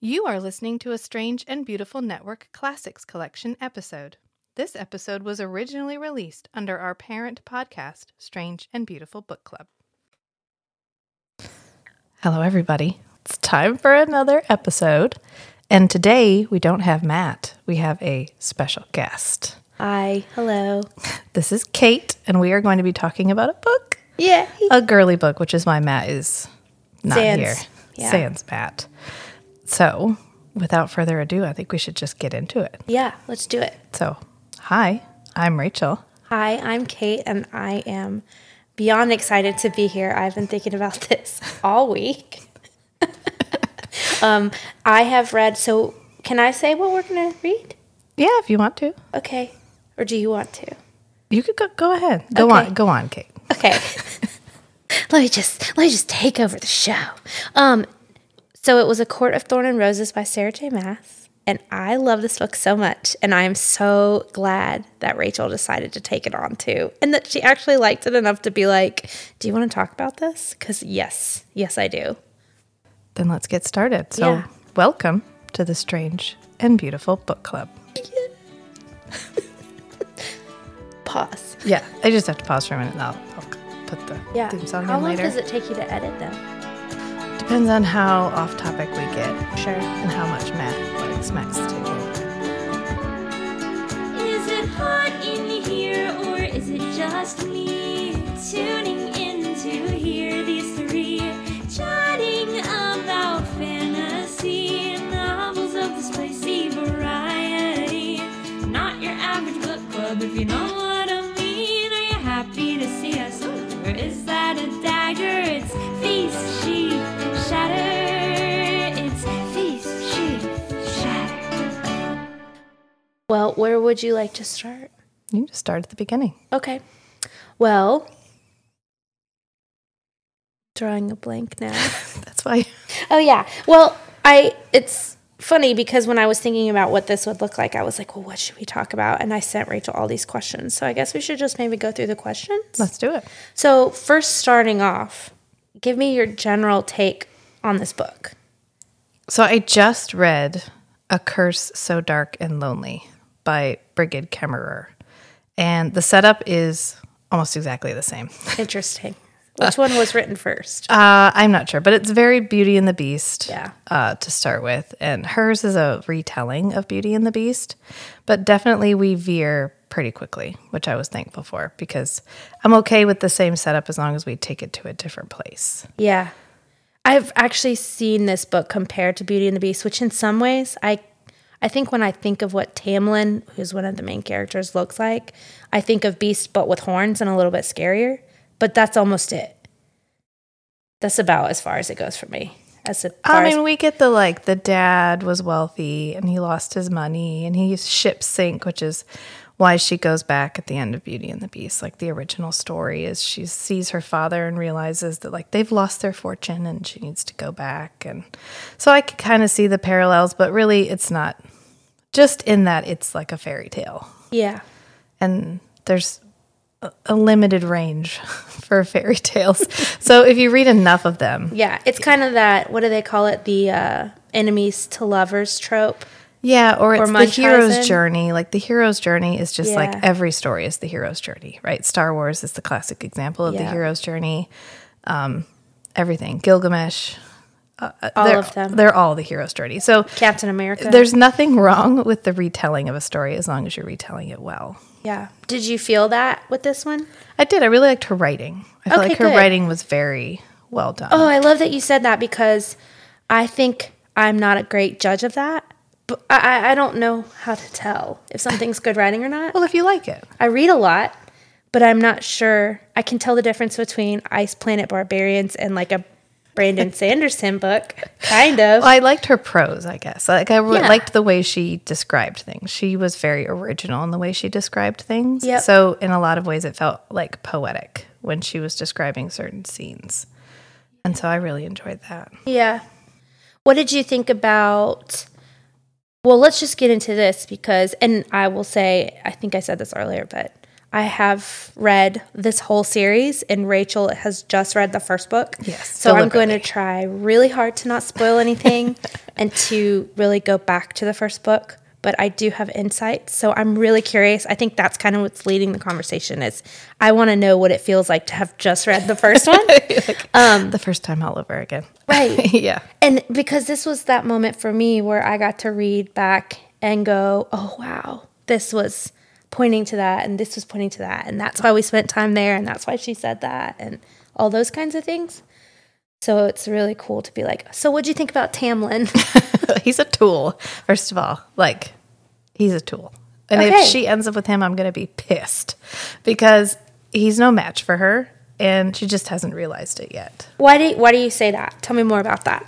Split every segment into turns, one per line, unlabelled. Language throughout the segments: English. You are listening to a Strange and Beautiful Network Classics Collection episode. This episode was originally released under our parent podcast, Strange and Beautiful Book Club. Hello, everybody. It's time for another episode. And today we don't have Matt, we have a special guest.
Hi, hello.
This is Kate, and we are going to be talking about a book,
Yeah.
a girly book, which is why Matt is not
Sans.
here.
Yeah.
Sans Matt. So, without further ado, I think we should just get into it.
Yeah, let's do it.
So, hi, I'm Rachel.
Hi, I'm Kate, and I am beyond excited to be here. I've been thinking about this all week. um, I have read, so can I say what we're going to read?
Yeah, if you want to,
Okay. Or do you want to?
you could go, go ahead. Go
Okay.
on, go on, Kate.
Okay. let me just let me just take over the show. Um, so it was A Court of Thorn and Roses by Sarah J. Mass, and I love this book so much, and I am so glad that Rachel decided to take it on too, and that she actually liked it enough to be like, "Do you want to talk about this?" Because yes, yes, I do.
Then let's get started. So,
Yeah.
welcome to the Strange and Beautiful Book Club.
Pause.
Yeah, I just have to pause for a minute and I'll, I'll put the
Yeah.
theme song
How
in
long
later.
does it take you to edit them?
Depends on how off topic we get
Sure.
and how much Matt likes Matt's taking.
Is it hot in here or is it just me tuning in to hear these three chatting about fantasy novels of the spicy variety? Not your average book club, if you know what I mean. Are you happy to see us, or is that a dagger? It's feast, sheath, shatter. It's feast, sheath, shatter.
Well, where would you like to start?
You can just start at the beginning.
Okay. Well, drawing a blank now.
That's why.
oh yeah. Well, I it's funny because when I was thinking about what this would look like, I was like, well, what should we talk about? And I sent Rachel all these questions. So I guess we should just maybe go through the questions.
Let's do it.
So, first starting off, give me your general take on this book.
So I just read A Curse So Dark and Lonely by Brigid Kemmerer. And the setup is almost exactly the same.
Interesting. Which one was written first?
Uh, I'm not sure, but it's very Beauty and the Beast
Yeah.
uh, to start with. And hers is a retelling of Beauty and the Beast, but definitely we veer pretty quickly, which I was thankful for because I'm okay with the same setup as long as we take it to a different place.
Yeah. I've actually seen this book compared to Beauty and the Beast, which in some ways I I think when I think of what Tamlin, who's one of the main characters, looks like, I think of Beast but with horns and a little bit scarier. But that's almost it. That's about as far as it goes for me. As a far
I
as,
mean, we get the like the dad was wealthy and he lost his money and he ship sink, which is why she goes back at the end of Beauty and the Beast. Like the original story is she sees her father and realizes that like they've lost their fortune and she needs to go back. And so I could kind of see the parallels, but really it's not just in that it's like a fairy tale
yeah.
and there's a- a limited range for fairy tales. so if you read enough of them,
Yeah. It's kind of that what do they call it? The uh, enemies to lovers trope.
Yeah, or it's the
Munchausen.
hero's journey. Like the hero's journey is just like
Yeah.
every story is the hero's journey, right? Star Wars is the classic example of the
Yeah.
hero's journey. Um, everything, Gilgamesh, uh, all
of them.
They're all the hero's journey. So
Captain America.
there's nothing wrong with the retelling of a story as long as you're retelling it well.
yeah. Did you feel that with this one?
I did. I really liked her writing. I felt
Okay,
like her
good.
writing was very well done.
Oh, I love that you said that because I think I'm not a great judge of that. But I, I- I don't know how to tell if something's good writing or not.
Well, if you like it,
I read a lot, but I'm not sure. I can tell the difference between Ice Planet Barbarians and like a Brandon Sanderson book, kind of.
Well, I liked her prose, I guess. Like I re-
Yeah.
liked the way she described things. She was very original in the way she described things.
Yep.
So in a lot of ways, it felt like poetic when she was describing certain scenes, and so I really enjoyed that.
Yeah. What did you think about? Well, let's just get into this because, and I will say, I think I said this earlier, but I have read this whole series, and Rachel has just read the first book.
Yes,
So I'm going to
deliberately.
try really hard to not spoil anything and to really go back to the first book. But I do have insights. So I'm really curious. I think that's kind of what's leading the conversation is I want to know what it feels like to have just read the first one.
the first time all over again.
right.
yeah.
And because this was that moment for me where I got to read back and go, oh, wow, this was pointing to that and this was pointing to that. And that's why we spent time there. And that's why she said that and all those kinds of things. So it's really cool to be like, so what'd you think about Tamlin?
he's a tool, first of all. Like, he's a tool. And
Okay.
if she ends up with him, I'm going to be pissed because he's no match for her and she just hasn't realized it yet.
why, do you, why do you say that? Tell me more about that.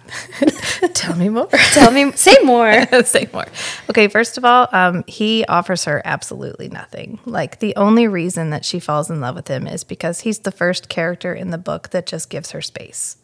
Tell me more.
Tell me, say more.
Say more. Okay, first of all, um, he offers her absolutely nothing. Like, the only reason that she falls in love with him is because he's the first character in the book that just gives her space.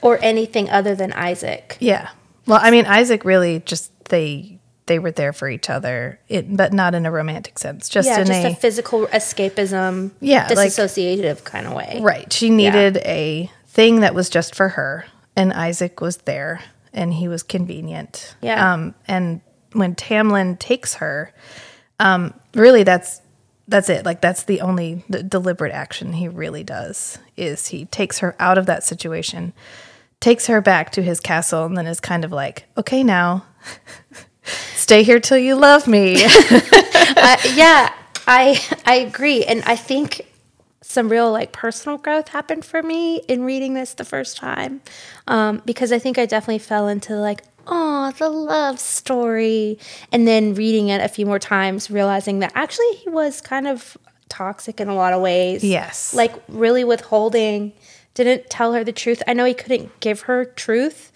Or anything other than Isaac.
Yeah. Well, I mean, Isaac really just they they were there for each other, it, but not in a romantic sense. Just
Yeah,
in
just
a,
a physical escapism,
Yeah, like-
disassociative kind of way.
right. She needed a thing that was just for her, and Isaac was there, and he was convenient.
Yeah.
Um, and when Tamlin takes her, um, really, that's that's it. Like that's the only the deliberate action he really does is he takes her out of that situation, takes her back to his castle, and then is kind of like, okay, now. Stay here till you love me.
yeah, I I agree, and I think some real like personal growth happened for me in reading this the first time, um, because I think I definitely fell into like oh the love story, and then reading it a few more times, realizing that actually he was kind of toxic in a lot of ways.
Yes.
like really withholding, didn't tell her the truth. I know he couldn't give her truth.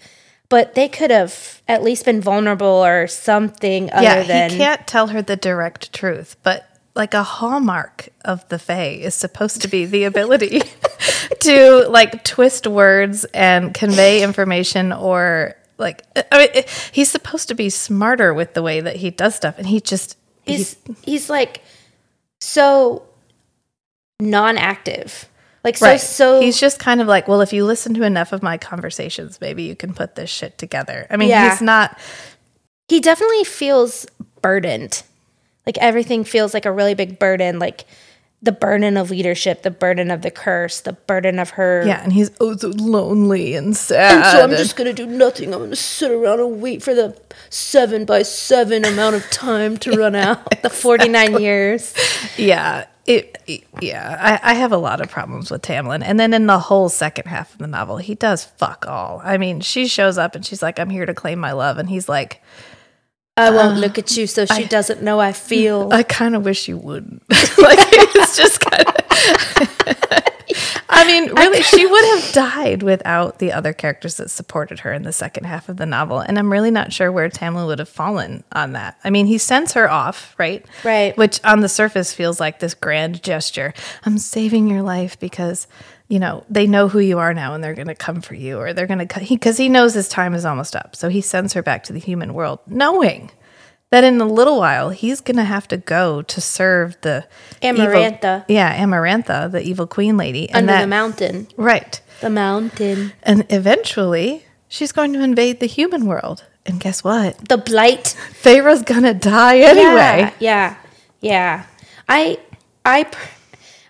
But they could have at least been vulnerable or something other
yeah,
than
he can't tell her the direct truth, but like a hallmark of the Fae is supposed to be the ability to like twist words and convey information or like I mean, it- he's supposed to be smarter with the way that he does stuff, and he just
he's he's like so non-active like so
right.
so
he's just kind of like, well, if you listen to enough of my conversations, maybe you can put this shit together. I mean,
Yeah.
he's not
he definitely feels burdened like everything feels like a really big burden like the burden of leadership the burden of the curse the burden of her
yeah, and he's oh so lonely and sad.
Uh,
so I'm
and-
just gonna do nothing. I'm gonna sit around and wait for the seven by seven amount of time to run out.
the 49 years
yeah it, it- yeah I, I have a lot of problems with tamlin and then in the whole second half of the novel he does fuck all i mean she shows up and she's like i'm here to claim my love and he's like
i won't look at you so she doesn't know i feel
i kind of wish you wouldn't like it's just kind of I mean, really, she would have died without the other characters that supported her in the second half of the novel. And I'm really not sure where Tamlin would have fallen on that. I mean, he sends her off, right?
Right.
Which on the surface feels like this grand gesture. I'm saving your life because, you know, they know who you are now and they're going to come for you or they're going to, because he knows his time is almost up. So he sends her back to the human world knowing. That in a little while he's gonna have to go to serve the evil-
Amarantha.
yeah, Amarantha, the evil queen lady, and
under
that-
the mountain
Right.
the mountain
And eventually, she's going to invade the human world. And guess what?
the blight
Pharaoh's gonna die anyway.
Yeah, yeah, yeah. I, I, pr-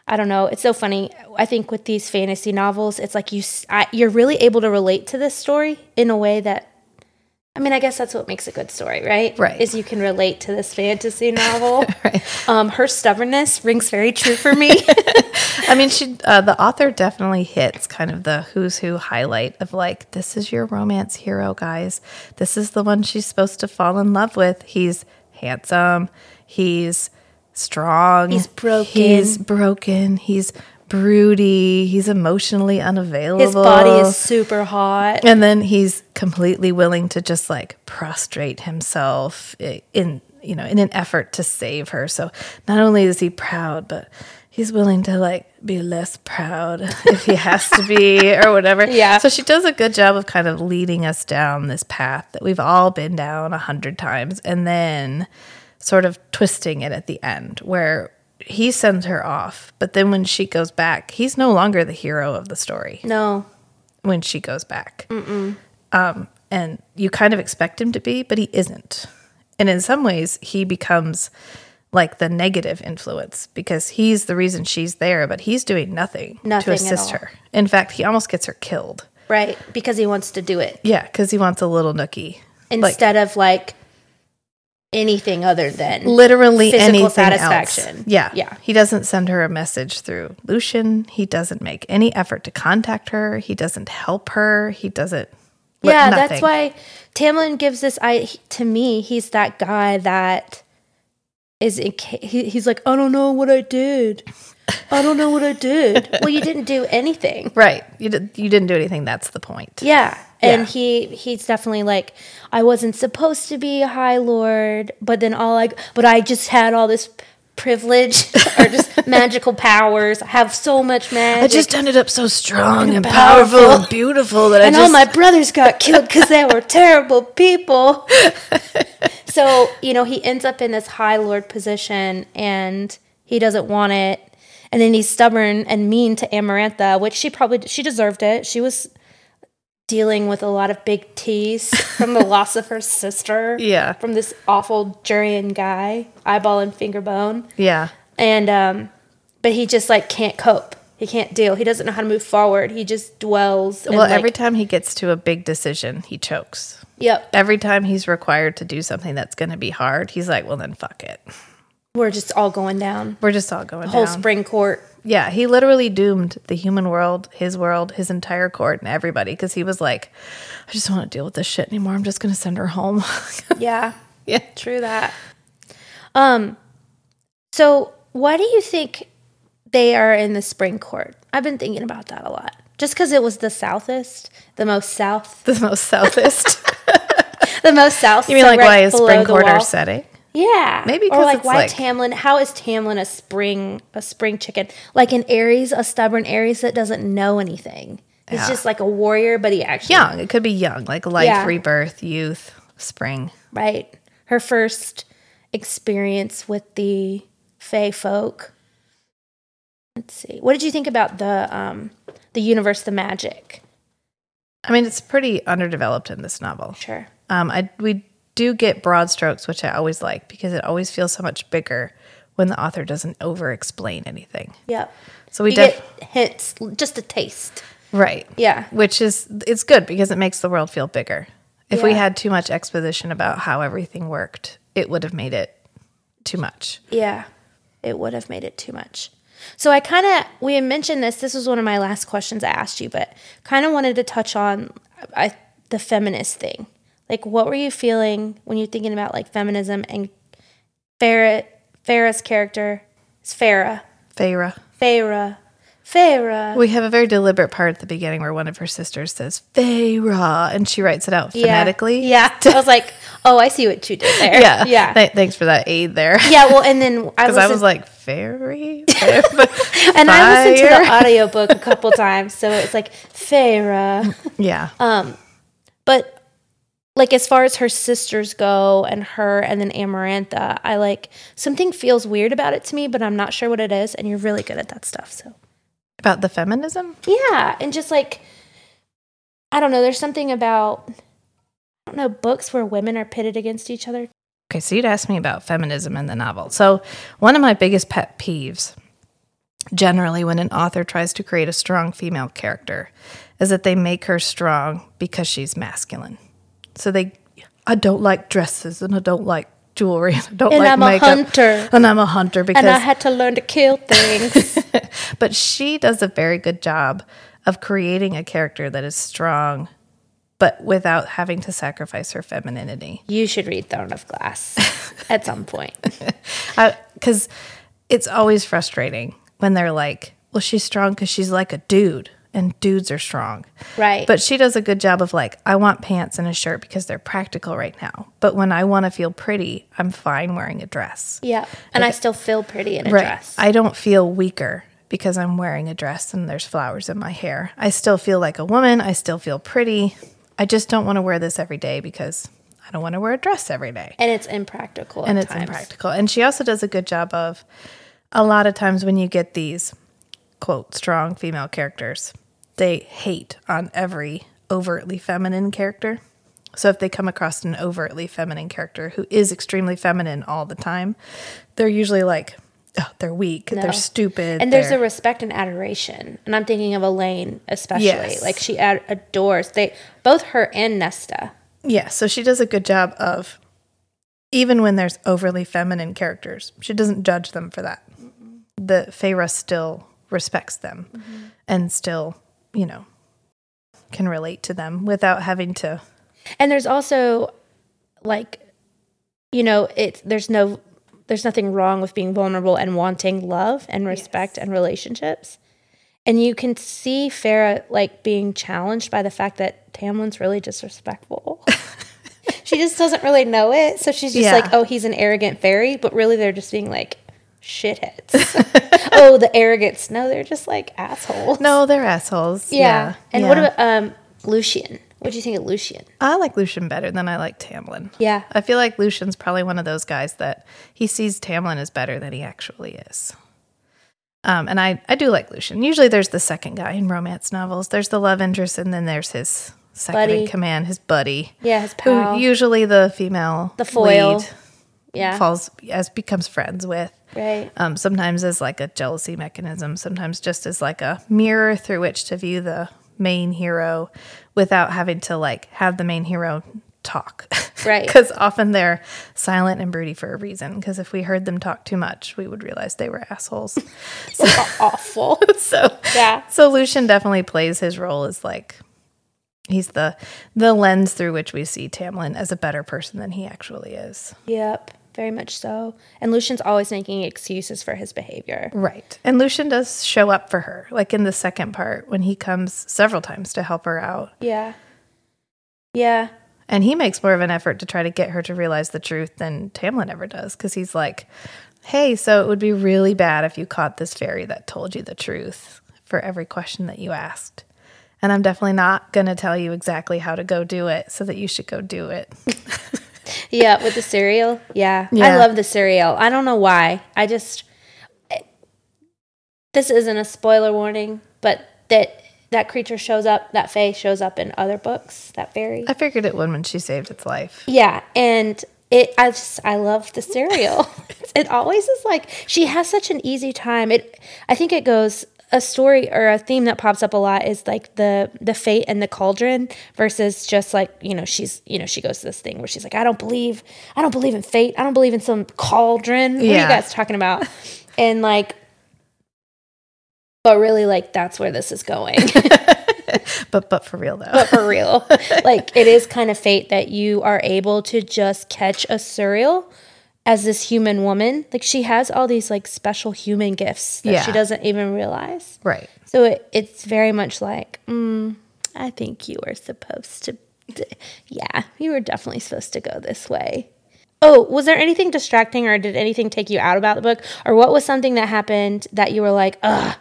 I don't know. It's so funny. I think with these fantasy novels, it's like you, s- I, you're really able to relate to this story in a way that, I mean, I guess that's what makes a good story, right?
Right.
Is you can relate to this fantasy novel. Um, her stubbornness rings very true for me.
I mean, she uh, the author definitely hits kind of the who's who highlight of like this is your romance hero, guys. This is the one she's supposed to fall in love with. He's handsome. He's strong.
He's broken.
He's broken. He's broody. He's emotionally unavailable.
His body
Oh.
is super hot.
and then he's completely willing to just like prostrate himself i- in you know in an effort to save her so not only is he proud but he's willing to like be less proud if he has to be or whatever
Yeah.
so she does a good job of kind of leading us down this path that we've all been down a hundred times and then sort of twisting it at the end where he sends her off, but then when she goes back, he's no longer the hero of the story.
No.
When she goes back, Um, and you kind of expect him to be, but he isn't. And in some ways, he becomes like the negative influence because he's the reason she's there, but he's doing nothing,
Nothing
to
at
assist
all.
her. In fact, he almost gets her killed.
Right. Because he wants to do it
Yeah, because he wants a little nookie. Like,
instead of like anything other than
literally
physical
anything
satisfaction.
else. Yeah,
Yeah.
He doesn't send her a message through Lucian. He doesn't make any effort to contact her. He doesn't help her. He doesn't. li-
yeah,
nothing.
that's why Tamlin gives this. I he- to me, he's that guy that is. In, ca- he, he's like, I don't know what I did. I don't know what I did. well, you didn't do anything.
Right. You did, you didn't do anything. That's the point.
Yeah, and
Yeah.
he he's definitely like, I wasn't supposed to be a High Lord, but then all I but I just had all this privilege or just magical powers. I have so much magic.
I just ended up so strong and
powerful.
powerful and beautiful that I
and
just
all my brothers got killed because they were terrible people. so you know he ends up in this high lord position, and he doesn't want it. And then he's stubborn and mean to Amarantha, which she probably she deserved it. She was dealing with a lot of big T's from the loss of her sister.
Yeah.
from this awful Jurian guy, eyeball and finger bone
yeah.
and um but he just like can't cope he can't deal he doesn't know how to move forward he just dwells and,
Well,
like-
every time he gets to a big decision, he chokes.
yep
Every time he's required to do something that's going to be hard, he's like, "Well, then fuck it.
we're just all going down
We're just all going
whole
down."
spring court
Yeah, he literally doomed the human world, his world, his entire court, and everybody because he was like, I just don't want to deal with this shit anymore. I'm just going to send her home.
yeah
yeah.
true that um so why do you think they are in the spring court i've been thinking about that a lot just because it was the southest the most south
The most southest.
the most south
you mean
so
like
right
why is
below
spring
the
court our
wall.
setting?
Yeah.
Maybe
or
'cause
like
it's
why
like-
Tamlin? How is Tamlin a spring a spring chicken? Like an Aries, a stubborn Aries that doesn't know anything. He's
Yeah.
just like a warrior, but he actually
Young. It could be young, like life,
Yeah.
rebirth, youth, spring.
right. Her first experience with the Fey folk. Let's see. What did you think about the um the universe, the magic?
I mean, it's pretty underdeveloped in this novel.
Sure.
Um, I we do get broad strokes, which I always like because it always feels so much bigger when the author doesn't over-explain anything.
Yep.
So we
you
def-
get hints, just a taste.
right.
Yeah.
which is it's good because it makes the world feel bigger. If we
Yeah.
had too much exposition about how everything worked, it would have made it too much.
Yeah, it would have made it too much. So I kind of we had mentioned this. This was one of my last questions I asked you, but kind of wanted to touch on I, the feminist thing. Like, what were you feeling when you're thinking about like feminism and Farah Farah's character? It's Farah,
Feyre.
Farah, Farah.
We have a very deliberate part at the beginning where one of her sisters says Feyre, and she writes it out phonetically.
Yeah. I was like, oh, I see what you did there.
yeah,
yeah,
Th- thanks for that aid there.
yeah. Well, and then I
Because
was,
I was like, fairy? But-
and I listened to the
fire.
audiobook a couple times, so it's like Farah.
yeah.
Um, but like as far as her sisters go and her and then amarantha i like something feels weird about it to me but i'm not sure what it is and you're really good at that stuff so
About the feminism?
yeah and just like i don't know there's something about i don't know books where women are pitted against each other
Okay, so you'd asked me about feminism in the novel. So, one of my biggest pet peeves, generally, when an author tries to create a strong female character, is that they make her strong because she's masculine. So, they, I don't like dresses and I don't like jewelry and I don't
And
like
I'm a
makeup.
hunter.
And I'm a hunter because
and i had to learn to kill things
but she does a very good job of creating a character that is strong, but without having to sacrifice her femininity.
you should read throne of glass at some point
Because it's always frustrating when they're like, well, she's strong because she's like a dude, and dudes are strong.
right
But she does a good job of like, I want pants and a shirt because they're practical right now. But when I want to feel pretty, I'm fine wearing a dress.
yeah and i still feel pretty in a dress
I don't feel weaker because I'm wearing a dress and there's flowers in my hair. I still feel like a woman. I still feel pretty. I just don't want to wear this every day because I don't want to wear a dress every day.
and it's impractical
And
at
it's
times.
impractical. And she also does a good job of a lot of times when you get these quote strong female characters, they hate on every overtly feminine character. So if they come across an overtly feminine character who is extremely feminine all the time, they're usually like, oh, they're weak,
No.
they're stupid.
And there's
they're-
a respect and adoration. And I'm thinking of Elaine especially.
Yes.
Like she ad- adores they both her and Nesta.
Yeah, so she does a good job of even when there's overly feminine characters, she doesn't judge them for that.
Mm-hmm.
The Feyre still respects them and still, you know, can relate to them without having to
And there's also like you know, it's there's no there's nothing wrong with being vulnerable and wanting love and respect and relationships. And you can see Farah like being challenged by the fact that Tamlin's really disrespectful. she just doesn't really know it. So she's just
Yeah.
like, oh, he's an arrogant fairy. But really, they're just being like shitheads. oh, the arrogance. No, they're just like assholes.
No, they're assholes.
Yeah. And what
yeah.
about um, Lucian? What do you think of Lucian?
I like Lucian better than I like Tamlin.
Yeah.
I feel like Lucian's probably one of those guys that he sees Tamlin as better than he actually is. Um, and I, I do like Lucian. Usually there's the second guy in romance novels. There's the love interest, and then there's his second
Buddy.
in command, his buddy.
Yeah, his pal.
Who usually the female
The foil.
lead
yeah.
falls as becomes friends with.
Right.
Um, sometimes as like a jealousy mechanism, sometimes just as like a mirror through which to view the main hero without having to like have the main hero talk.
Right.
Because often they're silent and broody for a reason. Because if we heard them talk too much, we would realize they were assholes.
Awful.
so
Yeah.
so Lucian definitely plays his role as like he's the the lens through which we see Tamlin as a better person than he actually is.
Yep, very much so. And Lucian's always making excuses for his behavior.
Right. And Lucian does show up for her, like in the second part when he comes several times to help her out.
Yeah. Yeah.
And he makes more of an effort to try to get her to realize the truth than Tamlin ever does because he's like, hey, so it would be really bad if you caught this fairy that told you the truth for every question that you asked. And I'm definitely not going to tell you exactly how to go do it so that you should go do it.
Yeah, with the cereal. Yeah. I
Yeah.
love the cereal. I don't know why. I just eh, this isn't a spoiler warning, but that that creature shows up, that fae shows up in other books, that fairy.
I figured it would when she saved its life.
Yeah, and it I just I love the cereal. it always is like she has such an easy time. It I think it goes a story or a theme that pops up a lot is like the the fate and the cauldron versus just like you know she's you know she goes to this thing where she's like I don't believe I don't believe in fate I don't believe in some cauldron what are you
Yeah.
guys talking about and like but really like that's where this is going
But but for real though.
but for real. like it is kind of fate that you are able to just catch a surreal as this human woman. Like she has all these like special human gifts that she
Yeah.
doesn't even realize.
right.
So it, it's very much like, mm, I think you were supposed to, d- yeah, you were definitely supposed to go this way. Oh, was there anything distracting or did anything take you out about the book? Or what was something that happened that you were like, ugh,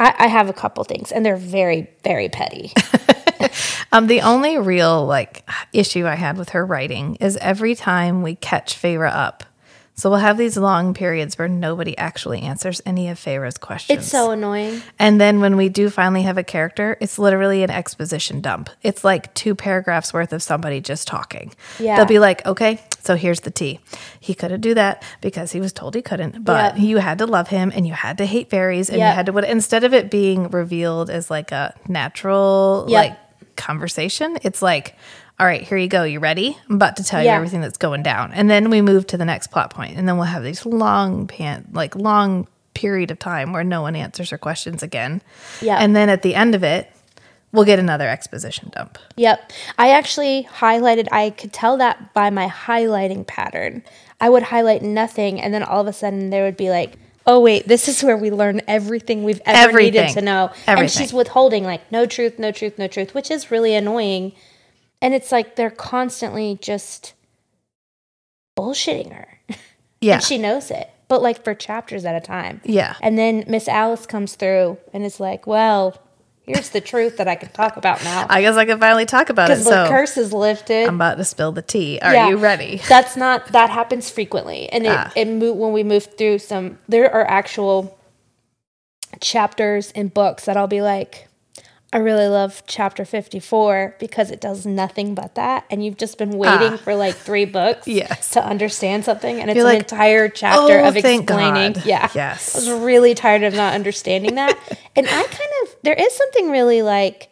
I, I have a couple things and they're very, very petty.
Um, the only real like issue I had with her writing is every time we catch Feyre up. So we'll have these long periods where nobody actually answers any of Feyre's questions.
It's so annoying.
and then when we do finally have a character, it's literally an exposition dump. It's like two paragraphs worth of somebody just talking.
Yeah.
They'll be like, okay, so here's the tea. He couldn't do that because he was told he couldn't, but
Yep.
you had to love him and you had to hate fairies and
Yep.
you had to what instead of it being revealed as like a natural
Yep.
like conversation, it's like, all right, here you go. You ready? I'm about to tell
Yeah.
you everything that's going down. And then we move to the next plot point and then we'll have these long pan like long period of time where no one answers her questions again.
Yep.
And then at the end of it, we'll get another exposition dump.
Yep. I actually highlighted, I could tell that by my highlighting pattern. I would highlight nothing, and then all of a sudden there would be like, oh, wait, this is where we learn everything we've ever needed
Everything.
to know. And
Everything.
she's withholding, like, no truth, no truth, no truth, which is really annoying. And it's like they're constantly just bullshitting her.
Yeah.
And she knows it, but like for chapters at a time.
yeah.
And then Miss Alice comes through and is like, well, Here's the truth that I can talk about now.
I guess I can finally talk about it.
Because the
So
curse is lifted.
I'm about to spill the tea. Are
Yeah.
you ready?
That's not that happens frequently, and it,
Ah.
it mo- when we move through some, there are actual chapters in books that I'll be like, I really love chapter fifty four because it does nothing but that, and you've just been waiting for like three books,
Ah. Yes.
to understand something, and it's
You're
an
like,
entire chapter
"Oh,
of
thank
explaining.
God."
Yeah,
Yes.
I was really tired of not understanding that, and I kind of there is something really like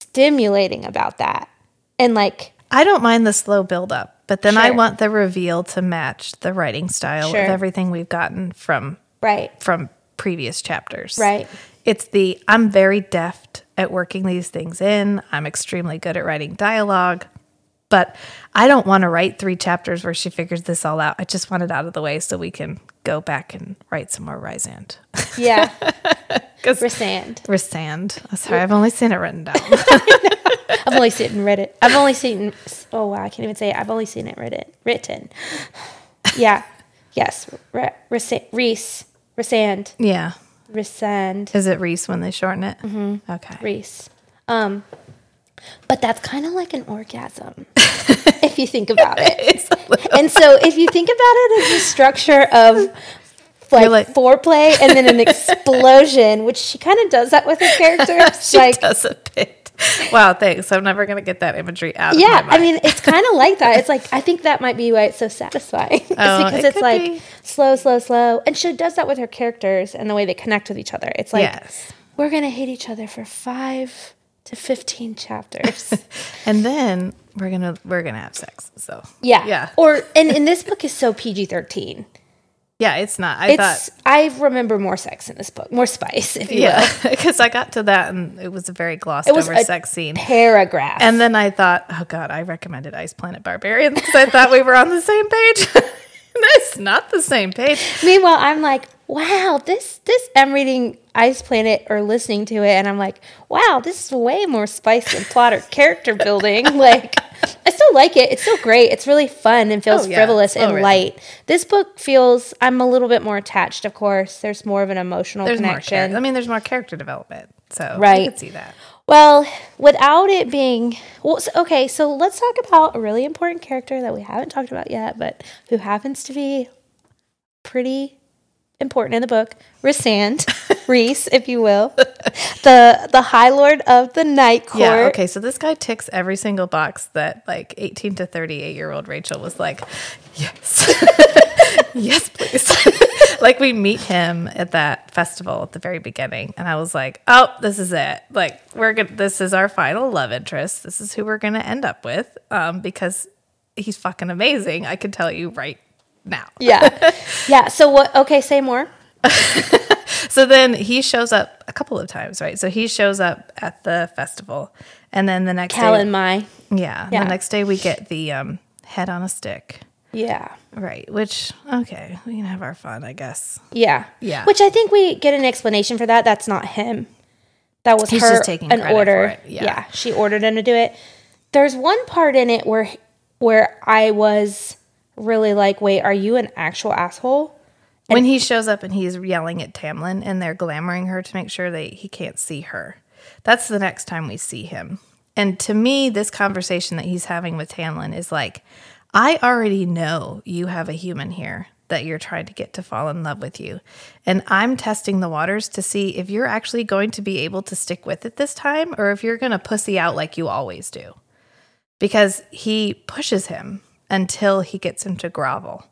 stimulating about that, and like.
I don't mind the slow buildup, but then I
Sure.
want the reveal to match the writing style
Sure.
of everything we've gotten from
Right.
from previous chapters.
Right.
It's the I'm very deft at working these things in. I'm extremely good at writing dialogue, but I don't want to write three chapters where she figures this all out. I just want it out of the way so we can go back and write some more Rysand.
Yeah.
'Cause-
Resand.
Rysand. I'm Sorry, I've only seen it written down.
I've only seen it and read it. I've only seen. Oh wow, I can't even say it. I've only seen it read it written. Yeah. Yes. Re- Resa- Reese. Resand.
yeah.
Resand.
Is it Reese when they shorten it? Mm-hmm. Okay.
Reese. Um. But that's kind of like an orgasm, if you think about it.
It's a little-
And so, if you think about it as a structure of like,
like-
foreplay and then an explosion, which she kind of does that with her character,
she
like
does a bit. Wow, thanks. I'm never gonna get that imagery out. of my
Yeah,
mind.
I mean, it's kind of like that. It's like I think that might be why it's so satisfying. it's
Oh,
because
it
it's
could
like
be.
slow, slow, slow, and she does that with her characters and the way they connect with each other. It's like
yes.
we're gonna hate each other for five to fifteen chapters.
And then we're gonna we're gonna have sex. So
yeah,
yeah,
Or and, and this book is so PG thirteen.
yeah. It's not. I
It's
thought
I remember more sex in this book, more spice, if you
yeah,
will.
because I got to that and it was a very glossed
It was
over
a
sex scene.
Paragraph.
And then I thought, oh god, I recommended Ice Planet Barbarian because I thought we were on the same page. That's not the same page.
Meanwhile, I'm like, wow, this this I'm reading Ice Planet or listening to it, and I'm like, wow, this is way more spice and plot or character building. Like, I still like it. It's still great. It's really fun and feels
Oh, yeah.
frivolous
It's well
and
written.
light. This book feels. I'm a little bit more attached. Of course, there's more of an emotional
There's more
connection.
character. I mean, there's more character development. So I
Right.
could see that.
well, without it being well, so, okay. So let's talk about a really important character that we haven't talked about yet, but who happens to be pretty important in the book, Resand, Reese, if you will, the the High Lord of the Night Court.
Yeah. Okay. So this guy ticks every single box that like 18 to 38 year old Rachel was like, yes, yes, please. like we meet him at that festival at the very beginning, and I was like, oh, this is it. Like we're gonna, this is our final love interest. This is who we're gonna end up with, um, because he's fucking amazing. I can tell you right now.
Yeah, yeah. So what? Okay, say more.
So then he shows up a couple of times, right? So he shows up at the festival, and then the next
Cal
day,
and my.
Yeah.
Yeah.
The next day we get the um, head on a stick.
Yeah,
Right. Which, okay, we can have our fun, I guess.
yeah,
Yeah.
Which I think we get an explanation for that. That's not him. That was
He's
her.
just taking
an
credit for
order.
it, yeah.
she ordered him to do it. There's one part in it where where I was really like, wait, are you an actual asshole?
When he shows up and he's yelling at Tamlin and they're glamoring her to make sure that he can't see her. That's the next time we see him. And to me, this conversation that he's having with Tamlin is like, I already know you have a human here that you're trying to get to fall in love with you. And I'm testing the waters to see if you're actually going to be able to stick with it this time or if you're going to pussy out like you always do. because he pushes him until he gets him to grovel.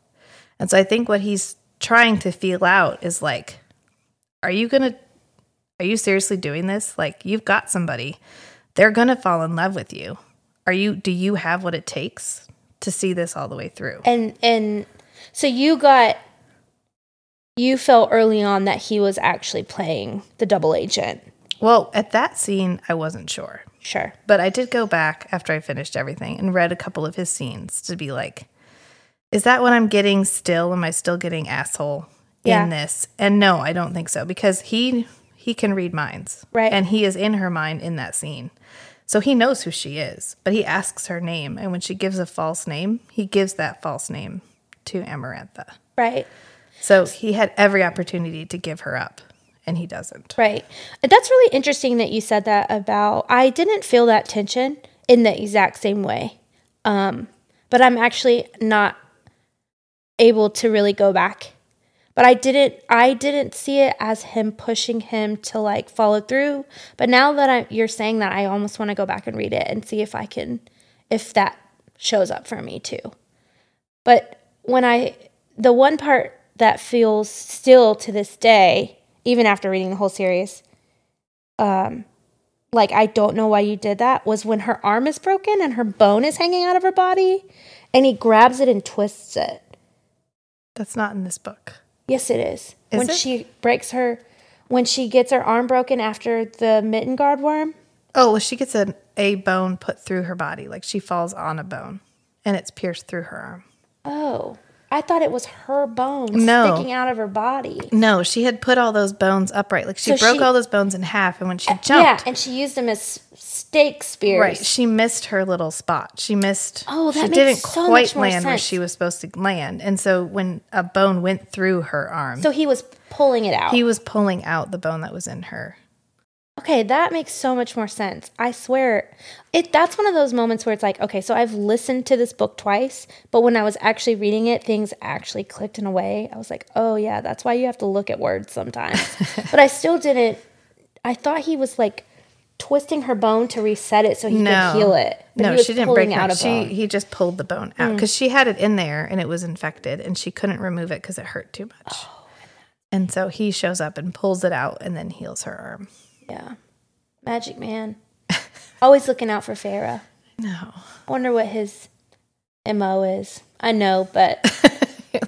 And so I think what he's trying to feel out is like, are you going to, are you seriously doing this? Like, you've got somebody, they're going to fall in love with you. Are you, do you have what it takes to see this all the way through?
And and so you got you felt early on that he was actually playing the double agent.
Well, at that scene, I wasn't sure.
Sure.
But I did go back after I finished everything and read a couple of his scenes to be like, is that what I'm getting still? Am I still getting asshole
Yeah.
in this? And no, I don't think so because he he can read minds.
Right.
And he is in her mind in that scene. So he knows who she is, but he asks her name and when she gives a false name, he gives that false name to Amarantha.
Right.
So he had every opportunity to give her up and he doesn't.
Right. That's really interesting that you said that about. I didn't feel that tension in the exact same way. Um, but I'm actually not able to really go back. But I didn't I didn't see it as him pushing him to like follow through. But now that I you're saying that I almost want to go back and read it and see if I can if that shows up for me too. But when I, the one part that feels still to this day, even after reading the whole series, um, like I don't know why you did that, was when her arm is broken and her bone is hanging out of her body, and he grabs it and twists it.
That's not in this book.
Yes, it is.
Is
when
it?
she breaks her, when she gets her arm broken after the mitten guard worm.
Oh, well, she gets an, a bone put through her body. Like she falls on a bone and it's pierced through her arm.
Oh, I thought it was her bone
No.
sticking out of her body.
No, she had put all those bones upright. Like she
So
broke
she-
all those bones in half. And when she jumped,
Yeah, and she used them as stake spears.
Right. She missed her little spot. She missed.
Oh, that
she
makes
didn't
so
quite
much more
land where
sense.
she was supposed to land. And so when a bone went through her arm,
So he was pulling it out.
he was pulling out the bone that was in her.
okay, that makes so much more sense. I swear, it. That's one of those moments where it's like, okay, so I've listened to this book twice, but when I was actually reading it, things actually clicked in a way. I was like, oh yeah, that's why you have to look at words sometimes. but I still didn't. I thought he was like twisting her bone to reset it so he
No,
could heal it. But he
no,
was
she didn't
pulling
break out
out Mm. a
it. She
bone.
he just pulled the bone out because she had it in there and it was infected and she couldn't remove it because it hurt too much.
Oh,
and so he shows up and pulls it out and then heals her arm.
Yeah, magic man, always looking out for Farah.
No,
Wonder what his mo is. I know, but.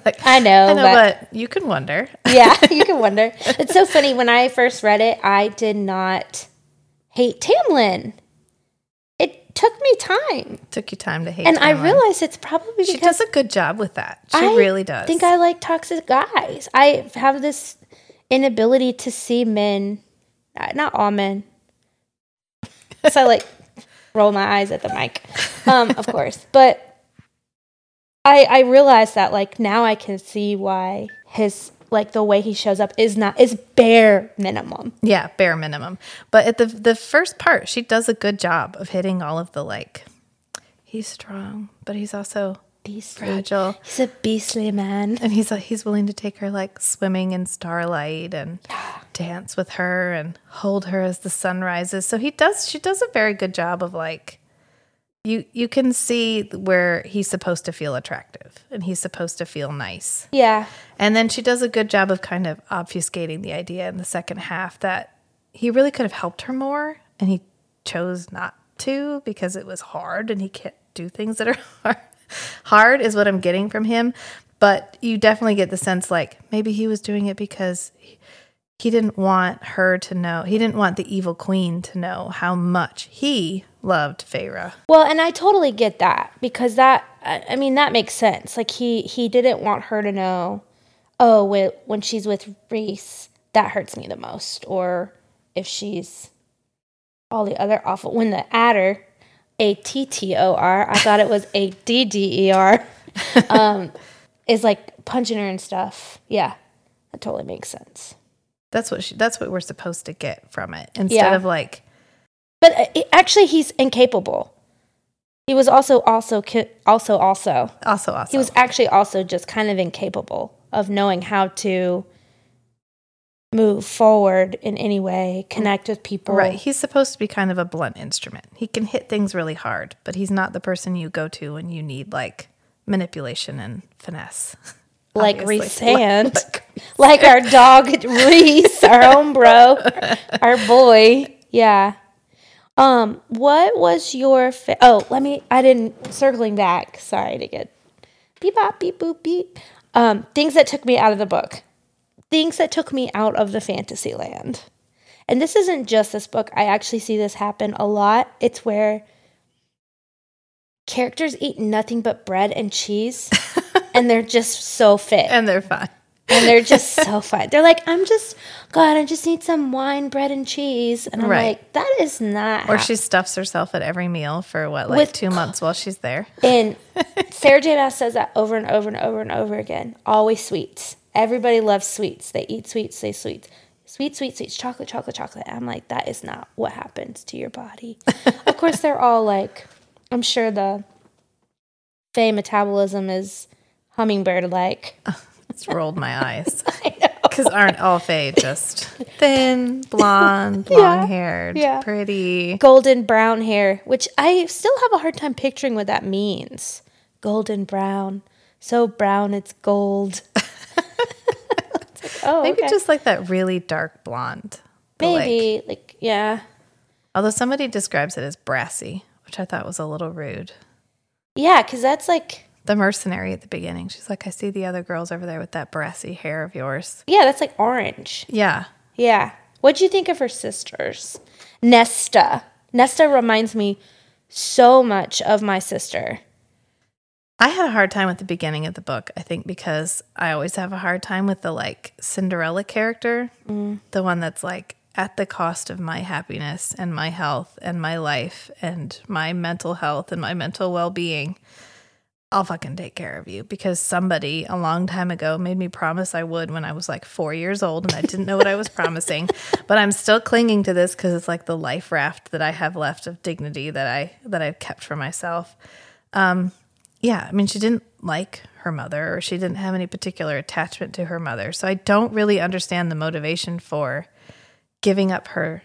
like
I know,
I know,
but-
but, you can wonder.
yeah, you can wonder. It's so funny. When I first read it, I did not hate Tamlin. It took me time.
Took you time to hate,
and I
Tamlin.
realized it's probably
she
because
does a good job with that. She
I
really does.
think I like toxic guys. I have this inability to see men, uh, not all men. So I like roll my eyes at the mic, um, of course. But I I realize that like now I can see why his like the way he shows up is not is bare minimum.
Yeah, bare minimum. But at the the first part, she does a good job of hitting all of the like. He's strong, but he's also
Beastly.
fragile,
He's a beastly man.
and he's he's willing to take her like swimming in starlight and dance with her and hold her as the sun rises. So he does. She does a very good job of like. You you can see where he's supposed to feel attractive and he's supposed to feel nice.
Yeah.
And then she does a good job of kind of obfuscating the idea in the second half that he really could have helped her more and he chose not to because it was hard and he can't do things that are hard. Hard is what I'm getting from him, but you definitely get the sense like maybe he was doing it because he- he didn't want her to know. He didn't want the evil queen to know how much he loved Feyre.
Well, and I totally get that because that I I mean that makes sense. Like he he didn't want her to know, oh, when when she's with Reese, that hurts me the most, or if she's all the other awful when the adder, a t t o r, I thought it was a d d e r, um, is like punching her and stuff. Yeah, that totally makes sense.
That's what she, that's what we're supposed to get from it instead
Yeah.
of like
But uh, it- actually, he's incapable. He was also also ki- also also.
also also
He was actually also just kind of incapable of knowing how to move forward in any way, connect with people.
Right. He's supposed to be kind of a blunt instrument. He can hit things really hard, but he's not the person you go to when you need like manipulation and finesse.
Like
Obviously.
Reese Sand. Like, our dog Reese, our home bro, our boy. Yeah. Um, what was your fa- oh, let me I didn't circling back. Sorry to get beep bop beep boop beep. Um, things that took me out of the book. Things that took me out of the fantasy land. And this isn't just this book. I actually see this happen a lot. It's where characters eat nothing but bread and cheese and they're just so fit
And they're fine.
and they're just so fun. They're like, I'm just God, I just need some wine, bread, and cheese, and I'm
Right.
like, that is not.
Or
how-
she stuffs herself at every meal for what, like
With
two months while she's there.
and Sarah J. Maas says that over and over and over and over again. Always sweets. Everybody loves sweets. They eat sweets. They sweets. sweet, sweet, sweet, chocolate, chocolate, chocolate. I'm like, that is not what happens to your body. of course, they're all like, I'm sure the Fay metabolism is hummingbird like.
It's rolled my eyes. Because aren't all Faye just thin, blonde, long haired,
yeah.
pretty?
golden brown hair, which I still have a hard time picturing what that means. Golden brown, so brown it's gold. It's like, oh,
Maybe
okay.
just like that really dark blonde. But, like,
maybe like, yeah,
although somebody describes it as brassy, which I thought was a little rude.
yeah, because that's like
The mercenary at the beginning, she's like, I see the other girls over there with that brassy hair of yours.
yeah, that's like orange.
Yeah.
Yeah. What'd you think of her sisters? Nesta. Nesta reminds me so much of my sister.
I had a hard time with the beginning of the book, I think, because I always have a hard time with the like Cinderella character, the one that's like, at the cost of my happiness and my health and my life and my mental health and my mental well being, I'll fucking take care of you because somebody a long time ago made me promise I would when I was like four years old and I didn't know what I was promising. But I'm still clinging to this because it's like the life raft that I have left of dignity that I that I've kept for myself. Um, Yeah, I mean, she didn't like her mother or she didn't have any particular attachment to her mother. So I don't really understand the motivation for giving up her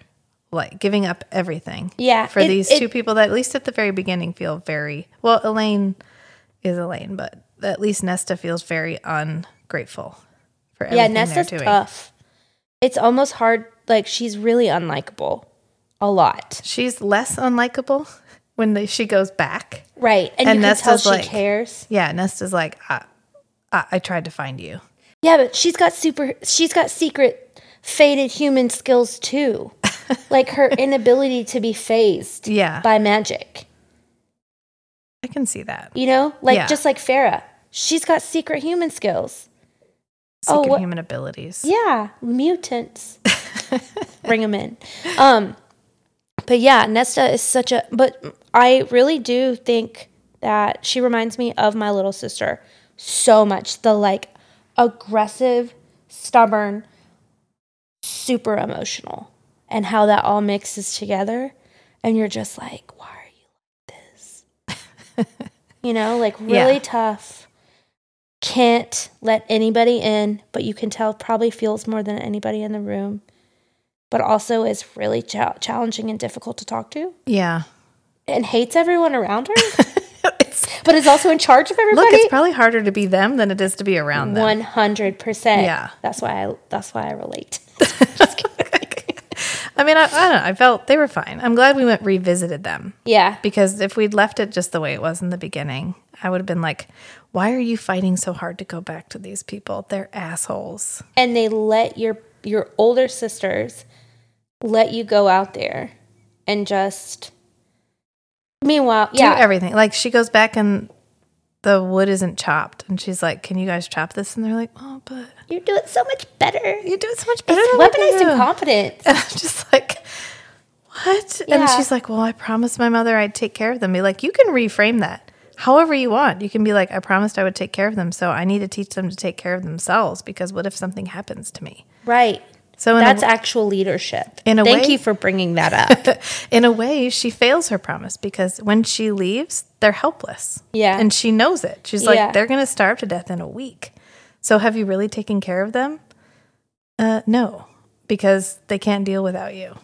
like giving up everything.
Yeah,
For
it-
these
it-
two people that at least at the very beginning feel very well, Elaine is Elaine, but at least Nesta feels very ungrateful for
Yeah,
everything
Nesta's
they're doing.
tough. It's almost hard. Like she's really unlikable a lot.
She's less unlikable when they, she goes back.
Right. And,
And
you can tell
Nesta's
she
like-
cares.
Yeah, Nesta's like, I, I, I tried to find you.
Yeah, but she's got super she's got secret faded human skills too. like her inability to be phased
Yeah,
by magic.
I can see that.
You know? Like
Yeah.
just like Farah. She's got secret human skills. Oh,
Secret
what-
human abilities.
Yeah, mutants. Bring them in. Um, but yeah, Nesta is such a. But I really do think that she reminds me of my little sister so much. The like aggressive, stubborn, super emotional, and how that all mixes together, and you're just like, why are you like this? you know, like really
Yeah.
tough can't let anybody in, but you can tell probably feels more than anybody in the room, but also is really chal challenging and difficult to talk to
Yeah.
and hates everyone around her,
It's-
but is also in charge of
look,
everybody.
it's probably harder to be them than it is to be around them.
One hundred percent.
Yeah.
that's why I that's why I relate.
I mean, I, I don't know. I felt they were fine. I'm glad we went revisited them
Yeah,
because if we'd left it just the way it was in the beginning, I would have been like, why are you fighting so hard to go back to these people? They're assholes.
and they let your your older sisters let you go out there and just. Meanwhile, yeah,
Do everything. Like she goes back and the wood isn't chopped. And she's like, can you guys chop this? And they're like, oh, but
you do it so much better.
you do it so much better than we
Weaponized
do."
incompetence.
And I'm just like, what? And
Yeah.
she's like, well, I promised my mother I'd take care of them. Be like, you can reframe that however you want. You can be like, I promised I would take care of them. So I need to teach them to take care of themselves because what if something happens to me?
Right.
So in,
That's
a,
actual leadership.
In a
Thank
way-
you for bringing that up.
in a way, she fails her promise because when she leaves, they're helpless.
Yeah.
And she knows it. She's like,
Yeah.
they're going to starve to death in a week. So have you really taken care of them? Uh, no, because they can't deal without you.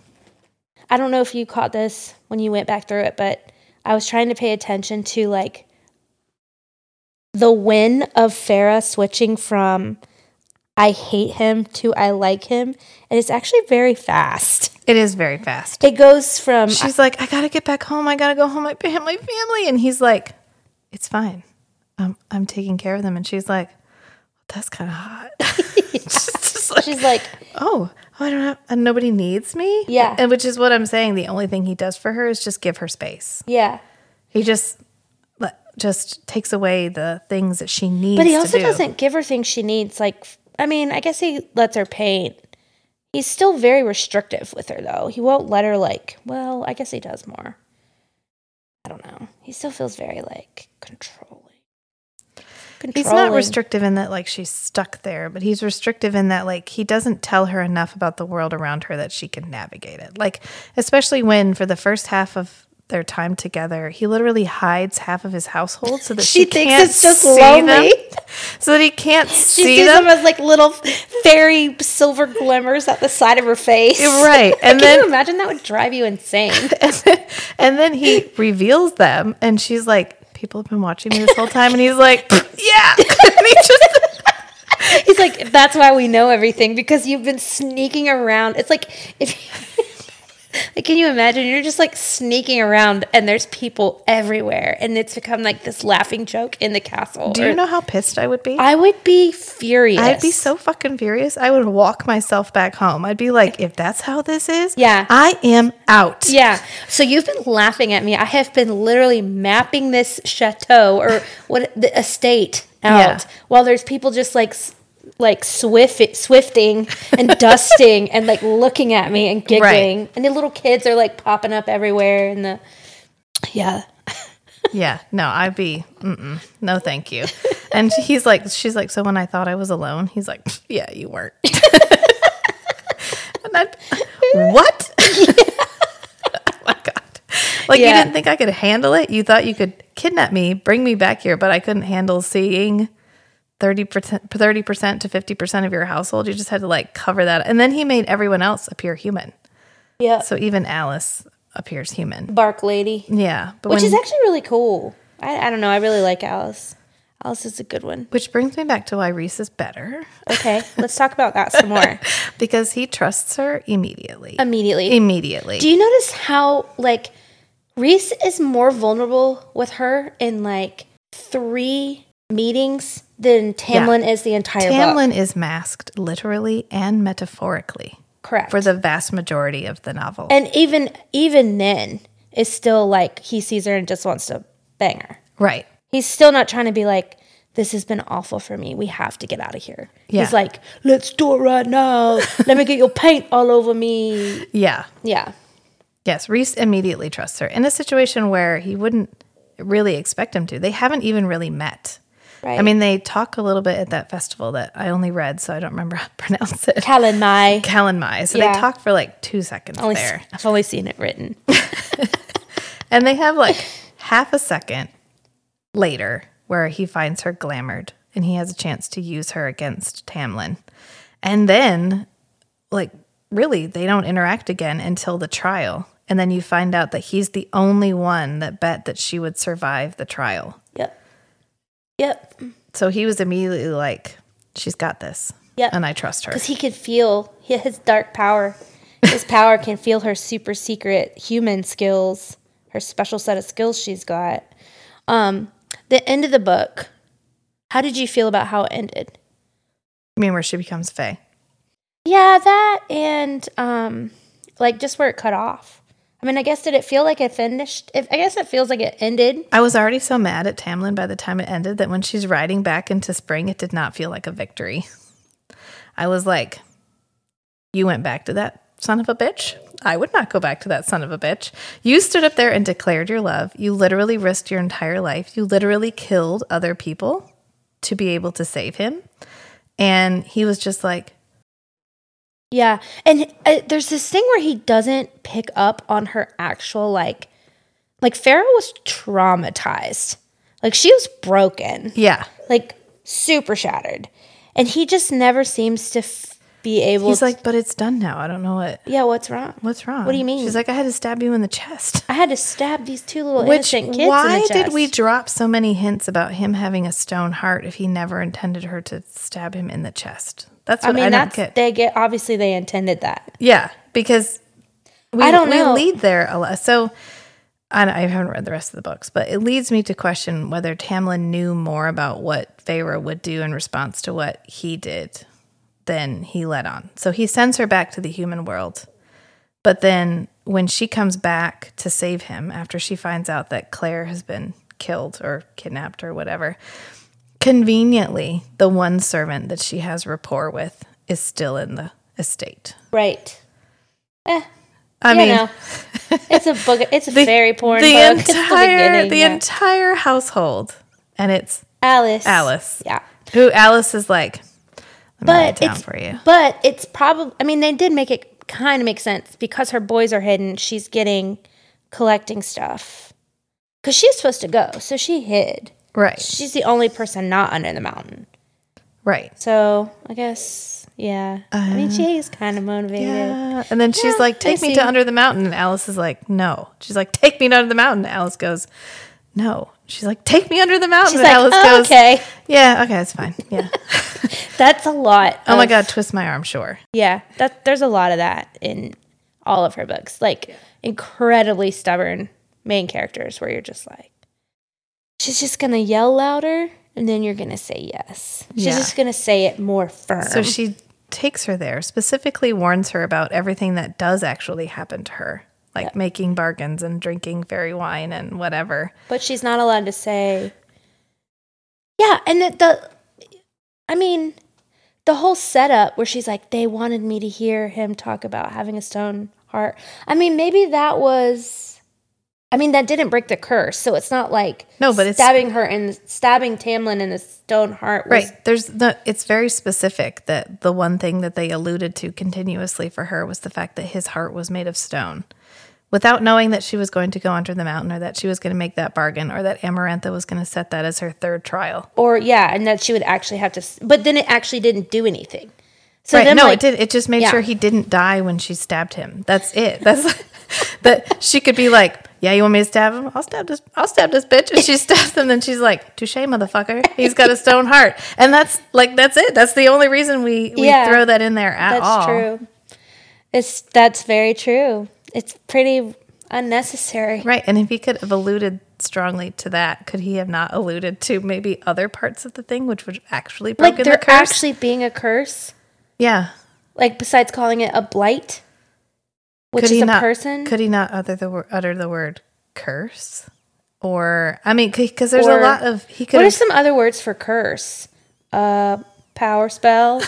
I don't know if you caught this when you went back through it, but I was trying to pay attention to like the win of Farah switching from I hate him to I like him. And it's actually very fast.
It is very fast.
It goes from
She's like, I gotta get back home. I gotta go home. I have my family. And he's like, It's fine. I'm I'm taking care of them. And she's like, That's kind of hot. she's just like,
she's like,
oh, oh, I don't have, and nobody needs me.
Yeah.
and which is what I'm saying. The only thing he does for her is just give her space.
yeah.
He just le- just takes away the things that she needs.
But he
to
also
do.
doesn't give her things she needs. Like, I mean, I guess he lets her paint. He's still very restrictive with her, though. He won't let her, like, well, I guess he does more. I don't know. He still feels very, like, controlling.
He's not restrictive in that like she's stuck there, but he's restrictive in that like he doesn't tell her enough about the world around her that she can navigate it. Like especially when for the first half of their time together, he literally hides half of his household so that she,
She thinks
can't
it's just
see
lonely.
Them, so that he can't
She
see
sees
them.
them as like little fairy silver glimmers at the side of her face.
Right. And
And Can
then
you imagine that would drive you insane?
and then he reveals them and she's like, People have been watching me this whole time and he's like, Yeah. And he just
He's like, that's why we know everything because you've been sneaking around. It's like if like, can you imagine? You're just like sneaking around and there's people everywhere, and it's become like this laughing joke in the castle.
Do you
Or-
know how pissed I would be?
I would be furious.
I'd be so fucking furious. I would walk myself back home. I'd be like, if that's how this is,
Yeah.
I am out.
Yeah. So you've been laughing at me. I have been literally mapping this chateau or what the estate out
Yeah.
while there's people just like s- like swift swifting and dusting and like looking at me and giggling. And the little kids are like popping up everywhere and the yeah.
Yeah, no, I'd be, mm-mm, no, thank you. And he's like, she's like, so when I thought I was alone, he's like, yeah, you weren't. and I'd, what? oh my god! Like you
Yeah.
didn't think I could handle it? You thought you could kidnap me, bring me back here, but I couldn't handle seeing. 30% 30% to 50% of your household you just had to like cover that and then he made everyone else appear human
Yeah.
so even alice appears human
Bark lady.
yeah but
Which
when-
is actually really cool. I, I don't know. I really like Alice. Alice is a good one.
Which brings me back to why Reese is better
Okay. let's talk about that some more.
because he trusts her immediately.
Immediately.
immediately.
Do you notice how like Reese is more vulnerable with her in like three meetings than Tamlin is the entire book?
Tamlin is masked literally and metaphorically
Correct.
for the vast majority of the novel.
and even even then is still like he sees her and just wants to bang her.
right.
He's still not trying to be like this has been awful for me. We have to get out of here.
Yeah.
He's like, let's do it right now. Let me get your paint all over me.
Yeah.
Yeah.
Yes. Reese immediately trusts her in a situation where he wouldn't really expect him to. They haven't even really met.
Right.
I mean, they talk a little bit at that festival that I only read, so I don't remember how to pronounce it.
Callan Mai.
Callan Mai. So
Yeah.
they talk for like two seconds
Only s-
there.
I've only seen it written.
And they have like half a second later where he finds her glamored and he has a chance to use her against Tamlin. And then, like, really, they don't interact again until the trial. And then you find out that he's the only one that bet that she would survive the trial.
Yep. Yep.
So he was immediately like, she's got this.
Yep.
And I trust her.
because he could feel hi- his dark power. His power can feel her super secret human skills, her special set of skills she's got. Um, the end of the book. How did you feel about how it ended?
I mean, where she becomes Faye.
Yeah, that and um, like just where it cut off. I mean, I guess did it feel like it finished? If, I guess it feels like it ended.
I was already so mad at Tamlin by the time it ended that when she's riding back into spring, it did not feel like a victory. I was like, You went back to that son of a bitch? I would not go back to that son of a bitch. You stood up there and declared your love. You literally risked your entire life. You literally killed other people to be able to save him. And he was just like,
Yeah, and uh, there's this thing where he doesn't pick up on her actual like, like Farah was traumatized, like she was broken,
Yeah.
like super shattered, and he just never seems to f- be able.
He's
to-
like, But it's done now. I don't know what.
yeah, what's wrong?
What's wrong?
What do you mean?
She's like, I had to stab you in the chest.
I had to stab these two little
Which
innocent kids.
why
in the
did we
chest."
drop so many hints about him having a stone heart if he never intended her to stab him in the chest? That's
I
what I,
mean,
don't
that's
get.
they get obviously they intended that.
yeah, because we,
I don't
we
know.
lead there a lot. So I, don't- I haven't read the rest of the books, but it leads me to question whether Tamlin knew more about what Feyre would do in response to what he did than he let on. So he sends her back to the human world. But then when she comes back to save him after she finds out that Claire has been killed or kidnapped or whatever, conveniently, the one servant that she has rapport with is still in the estate.
Right. Eh,
I
you
mean,
know, it's a book. It's a fairy porn
the
book. It's
entire the,
beginning, yeah.
entire household and it's
Alice.
Alice.
Yeah.
Who Alice is like, I'm
But
down
it's
for you.
but it's probably I mean they did make it kind of make sense because her boys are hidden. She's getting collecting stuff. Cuz she's supposed to go. So she hid.
Right.
She's the only person not under the mountain.
Right.
So, I guess yeah. I mean she is kind of motivated.
Uh, Yeah. And then she's
Yeah,
like,
I
take me
see.
to under the mountain. And Alice is like, no. She's like, take me to under the mountain. Alice goes, no. She's like, take me under the mountain.
She's
and
like,
Alice
"Oh,
goes,
okay.
yeah, okay, it's fine. Yeah.
That's a lot.
oh my
of-
God, twist my arm, sure.
Yeah, that there's a lot of that in all of her books. Like incredibly stubborn main characters where you're just like she's just going to yell louder and then you're going to say yes. She's
Yeah.
just going to say it more firm.
So she takes her there, specifically warns her about everything that does actually happen to her, like making bargains and drinking fairy wine and whatever.
but she's not allowed to say Yeah, and the, the I mean the whole setup where she's like they wanted me to hear him talk about having a stone heart. I mean, maybe that was I mean, that didn't break the curse. So it's not like
No, but it's-
stabbing her and stabbing Tamlin in the stone heart was
Right. There's the it's very specific that the one thing that they alluded to continuously for her was the fact that his heart was made of stone. Without knowing that she was going to go under the mountain or that she was going to make that bargain or that Amarantha was going to set that as her third trial.
or yeah, and that she would actually have to s- but then it actually didn't do anything. So
right.
then
No,
like,
it did it just made
Yeah.
sure he didn't die when she stabbed him. That's it. That's that she could be like, "Yeah, you want me to stab him? I'll stab this I'll stab this bitch." And she stabs him then she's like, "Touche, motherfucker. He's got a stone heart." And that's like that's it. That's the only reason we we
Yeah.
throw that in there at
That's
all.
true. It's that's very true. It's pretty unnecessary.
Right. And if he could have alluded strongly to that, could he have not alluded to maybe other parts of the thing which would have actually
Like
broken
there
the curse?
actually being a curse.
yeah.
Like besides calling it a blight, which
could
is
he
a
not,
person.
Could he not utter the, wor- utter the word curse? Or, I mean, because there's
Or-
a lot of, he could
what are
have,
some other words for curse? Uh, power spell.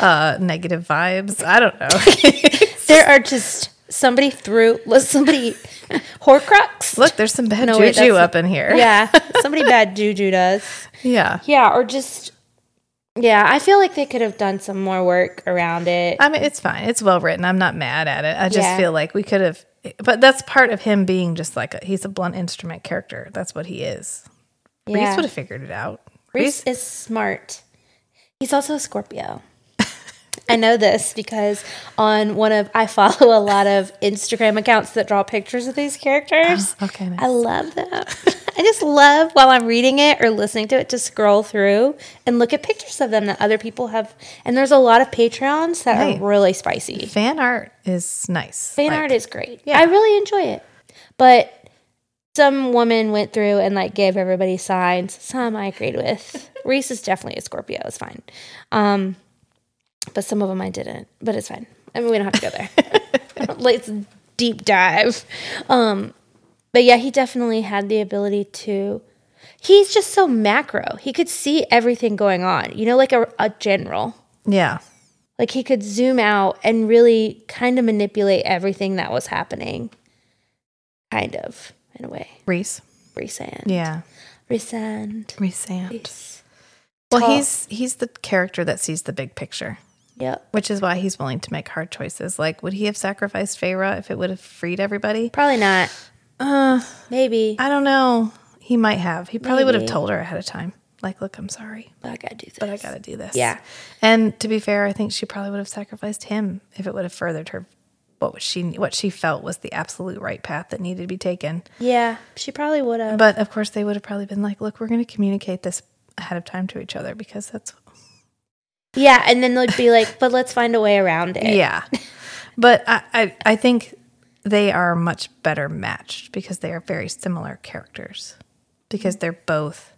uh, negative vibes. I don't know.
there are just somebody threw somebody Horcrux.
Look, there's some bad
No, wait,
juju
that's-
up in here.
Yeah, somebody bad juju does.
Yeah.
Yeah, or just yeah. I feel like they could have done some more work around it.
I mean, it's fine. It's well written. I'm not mad at it. I just
Yeah.
feel like we could have, but that's part of him being just like, a, he's a blunt instrument character. That's what he is. Reese
Yeah.
would have figured it out.
Reese is smart. He's also a Scorpio. I know this because on one of I follow a lot of Instagram accounts that draw pictures of these characters.
Oh, okay, nice.
I love them. I just love while I'm reading it or listening to it to scroll through and look at pictures of them that other people have. And there's a lot of Patreons that
Right.
are really spicy.
Fan art is nice.
Fan
Like,
art is great.
Yeah.
I really enjoy it. But some woman went through and like gave everybody signs. Some I agreed with. Reese is definitely a Scorpio. It's fine. Um, but some of them I didn't. But it's fine. I mean, we don't have to go there. Let's deep dive. Um, but yeah, he definitely had the ability to. He's just so macro. He could see everything going on. You know, like a, a general.
Yeah.
Like he could zoom out and really kind of manipulate everything that was happening. Kind of, in a way.
Reese.
Resand.
Yeah.
Resand.
Reese and.
Res-
Well,
Tall.
he's he's the character that sees the big picture,
Yep.
which is why he's willing to make hard choices. Like, would he have sacrificed Feyre if it would have freed everybody?
Probably not.
Uh,
Maybe.
I don't know. He might have. He probably would have
Maybe.
told her ahead of time. Like, look, I'm sorry,
But I gotta do this.
but I got to do this.
Yeah.
And to be fair, I think she probably would have sacrificed him if it would have furthered her what was she what she felt was the absolute right path that needed to be taken.
Yeah. She probably would have.
But of course, they would have probably been like, "Look, we're going to communicate this ahead of time to each other because that's
Yeah, and then they'd be like, but let's find a way around it.
yeah." but I, I I think they are much better matched because they are very similar characters because they're both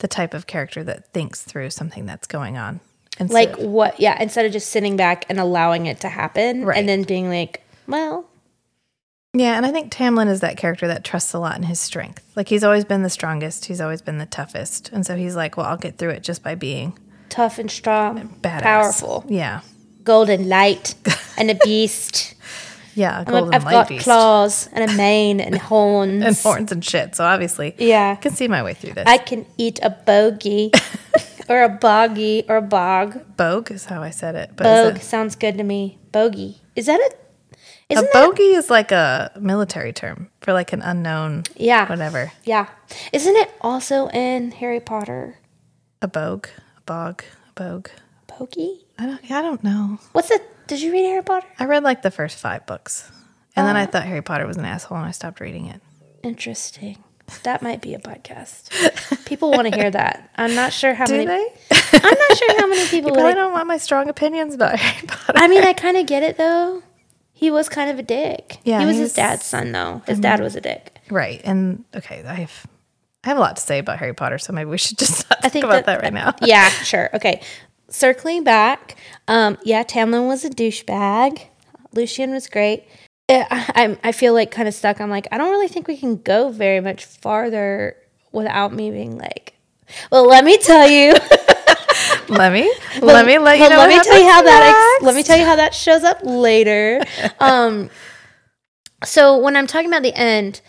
the type of character that thinks through something that's going on. And
Like what yeah, instead of just sitting back and allowing it to happen
Right.
and then being like, Well,
yeah, and I think Tamlin is that character that trusts a lot in his strength. Like he's always been the strongest, he's always been the toughest, and so he's like, "Well, I'll get through it just by being
tough and strong,
badass,
powerful,
Yeah,
golden light, and a beast.
Yeah,
I'm a-
golden
I've
light
got
beast.
claws and a mane and horns.
and horns and shit. So obviously, I
Yeah.
can see my way through this.
I can eat a bogey or a boggy or a bog.
Bogue is how I said it, but is
Bog
it-
sounds good to me. Bogey. Is that a?
a
Isn't that
bogey is like a military term for like an unknown,
yeah?
whatever.
Yeah. Isn't it also in Harry Potter?
A bogue, a bog, a bogue.
Bogey.
I don't, I don't know.
What's that? Did you read Harry Potter?
I read like the first five books, and
Uh.
then I thought Harry Potter was an asshole, and I stopped reading it.
Interesting. That might be a podcast. People want to hear that. I'm not sure how
Do
many.
they?
I'm not sure how many people.
But I
would
don't want my strong opinions about Harry Potter.
I mean, I kind of get it though. He was kind of a dick.
Yeah,
he was
he
his
was-
dad's son though. His dad was a dick.
right, and okay, I have I have a lot to say about Harry Potter, so maybe we should just not
I
talk
think
about that, right now.
yeah, sure. Okay. Circling back, um, yeah, Tamlin was a douchebag. Lucian was great. Eh, I, I'm- I feel like kind of stuck. I'm like, I don't really think we can go very much farther without me being like, well, let me tell you.
let me let me let you
Well,
know.
let me
what
tell you how
happens
that ex-
next.
let me tell you how that shows up later. um, so when I'm talking about the end,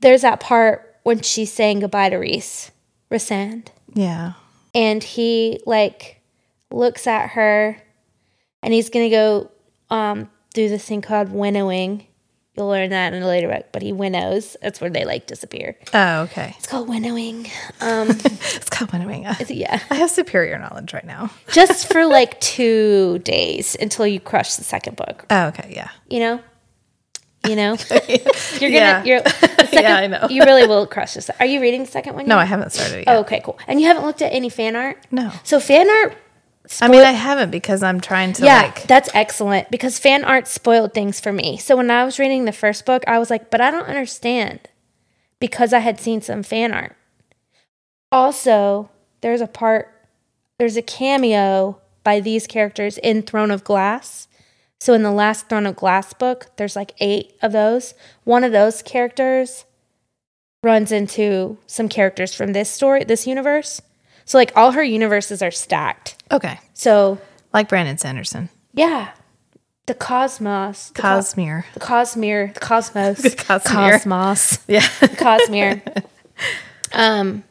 there's that part when she's saying goodbye to Reese, Resand,
Yeah.
and he like looks at her, and he's gonna go um, do this thing called winnowing. You'll learn that in a later book, but he winnows. That's where they like disappear.
Oh, okay.
It's called winnowing. Um,
It's called winnowing. I
yeah.
I have superior knowledge right now.
just for like two days until you crush the second book.
Oh, okay. Yeah.
You know, you know, you're gonna.
Yeah.
You're, the second,
Yeah, I know.
you really will crush this. Are you reading the second one?
No, I
yet?
haven't started it yet.
Oh, okay, cool. And you haven't looked at any fan art.
No.
So fan art.
I mean, I haven't because I'm trying to
Yeah,
like.
that's excellent because fan art spoiled things for me. So when I was reading the first book, I was like, but I don't understand because I had seen some fan art. Also, there's a part, there's a cameo by these characters in Throne of Glass. So in the last Throne of Glass book, there's like eight of those. One of those characters runs into some characters from this story, this universe. So like all her universes are stacked.
Okay.
So
Like Brandon Sanderson,
yeah. The cosmos. The co-
Cosmere.
the cosmere. The cosmos.
Cosmere.
Cosmos.
Yeah.
The cosmere. um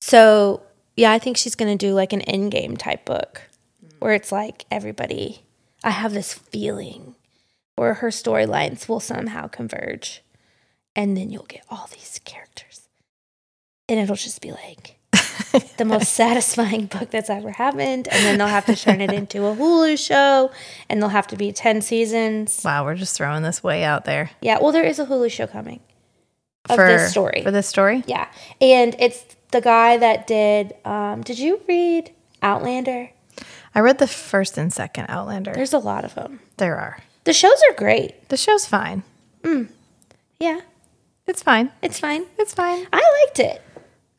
so yeah, I think she's gonna do like an in game type book where it's like everybody I have this feeling where her storylines will somehow converge. And then you'll get all these characters. And it'll just be like the most satisfying book that's ever happened. And then they'll have to turn it into a Hulu show and they'll have to be 10 seasons.
Wow, we're just throwing this way out there
Yeah, well, there is a Hulu show coming of this story.
For this story,
yeah. And it's the guy that did, um, did you read Outlander?
I read the first and second Outlander.
There's a lot of them.
there are.
The shows are great.
The show's fine.
Yeah,
It's fine.
it's fine.
It's fine.
I liked it.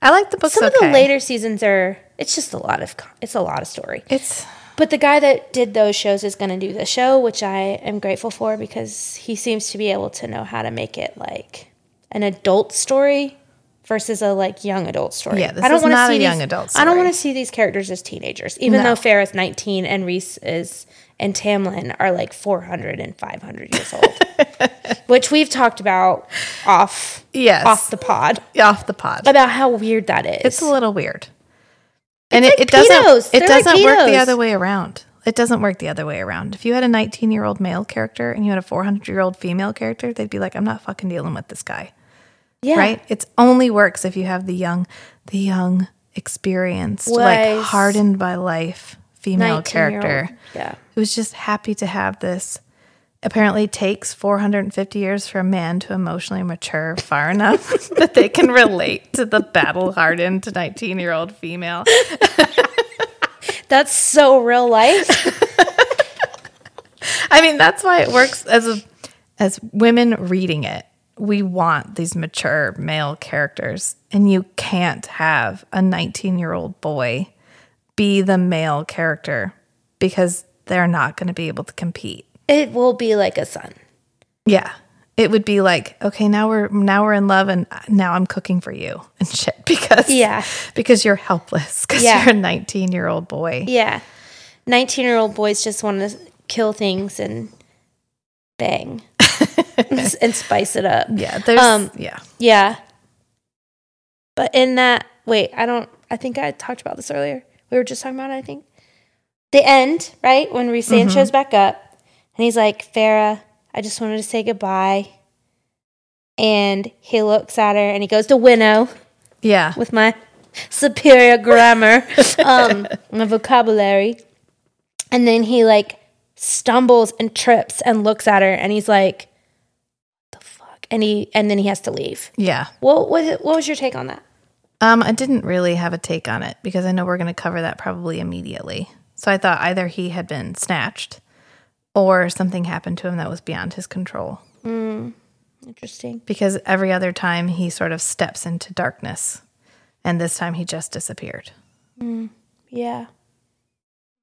I like the books.
Some of
okay.
the later seasons are, it's just a lot of, co- it's a lot of story.
It's
But the guy that did those shows is going to do the show, which I am grateful for because he seems to be able to know how to make it like an adult story versus a like young adult story.
Yeah, this is
wanna
not a
these-
young adult
I don't
story.
want to see these characters as teenagers, even
No.
though Farrah's 19 and Reese is and Tamlin are like 400 and 500 years old, which we've talked about off
yes.
off the pod
off the pod.
about how weird that is.
It's a little weird. And
It's
it,
like
it doesn't
pedos.
it
They're like
doesn't work the
pedos.
other way around. It doesn't work the other way around. If you had a 19 year old male character and you had a 400 year old female character, they'd be like, I'm not fucking dealing with this guy.
yeah.
Right? It's only works if you have the young, the young, experienced, like
Wise.
hardened by life female
19-year-old.
character
Yeah.
who's just happy to have this. Apparently, takes 450 years for a man to emotionally mature far enough that they can relate to the battle hardened 19 year old female.
That's so real life.
I mean, that's why it works as a, as women reading it. We want these mature male characters, and you can't have a 19 year old boy be the male character because they're not going to be able to compete.
it will be like a son.
Yeah. It would be like, okay, now we're now we're in love and now I'm cooking for you and shit because
Yeah.
because you're helpless cuz
Yeah.
you're a 19-year-old boy.
Yeah. 19 year old boys just want to kill things and bang and spice it up.
Yeah, there's
Um,
yeah.
Yeah. But in that, wait, I don't, I think I talked about this earlier. We were just talking about it, I think. The end, right? When Resand shows back up and he's like, Farah, I just wanted to say goodbye. And he looks at her and he goes to Winnow
Yeah.
with my superior grammar, um, my vocabulary. And then he like stumbles and trips and looks at her and he's like, the fuck? And he, and then he has to leave.
Yeah.
What was what was your take on that?
Um, I didn't really have a take on it because I know we're going to cover that probably immediately. So I thought either he had been snatched or something happened to him that was beyond his control
Interesting.
because every other time he sort of steps into darkness and this time he just disappeared.
Yeah.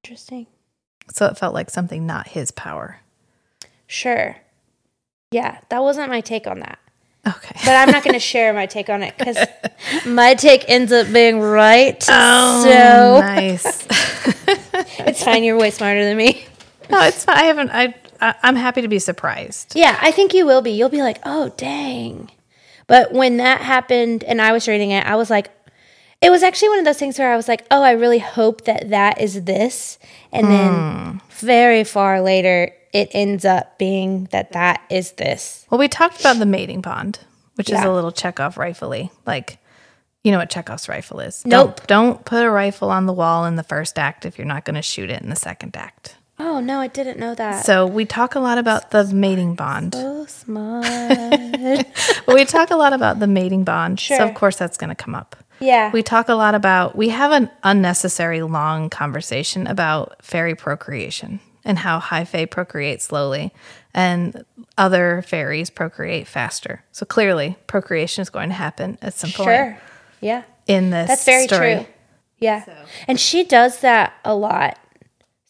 Interesting.
So it felt like something not his power.
Sure. Yeah, that wasn't my take on that.
Okay.
But I'm not going to share my take on it because my take ends up being right. Oh so
Oh, nice.
it's fine. You're way smarter than me.
no, it's fine. I haven't I, I I'm happy to be surprised.
Yeah, I think you will be. You'll be like, oh, dang. But when that happened and I was reading it, I was like, it was actually one of those things where I was like, oh, I really hope that that is this. And
Hmm.
then very far later, it ends up being that that is this.
Well, we talked about the mating pond, which is
Yeah.
a little Chekhov rifle Like, you know what Chekhov's rifle is.
Nope.
Don't, don't put a rifle on the wall in the first act if you're not going to shoot it in the second act.
Oh, no, I didn't know that.
So we talk a lot about the mating bond.
so smart.
But we talk a lot about the mating bond. So,
Sure.
of course, that's going to come up.
yeah.
We talk a lot about, we have an unnecessary long conversation about fairy procreation and how high fae procreate slowly and other fairies procreate faster. So clearly, procreation is going to happen at some point
sure. Yeah.
in this
That's very
story.
true. Yeah. And she does that a lot.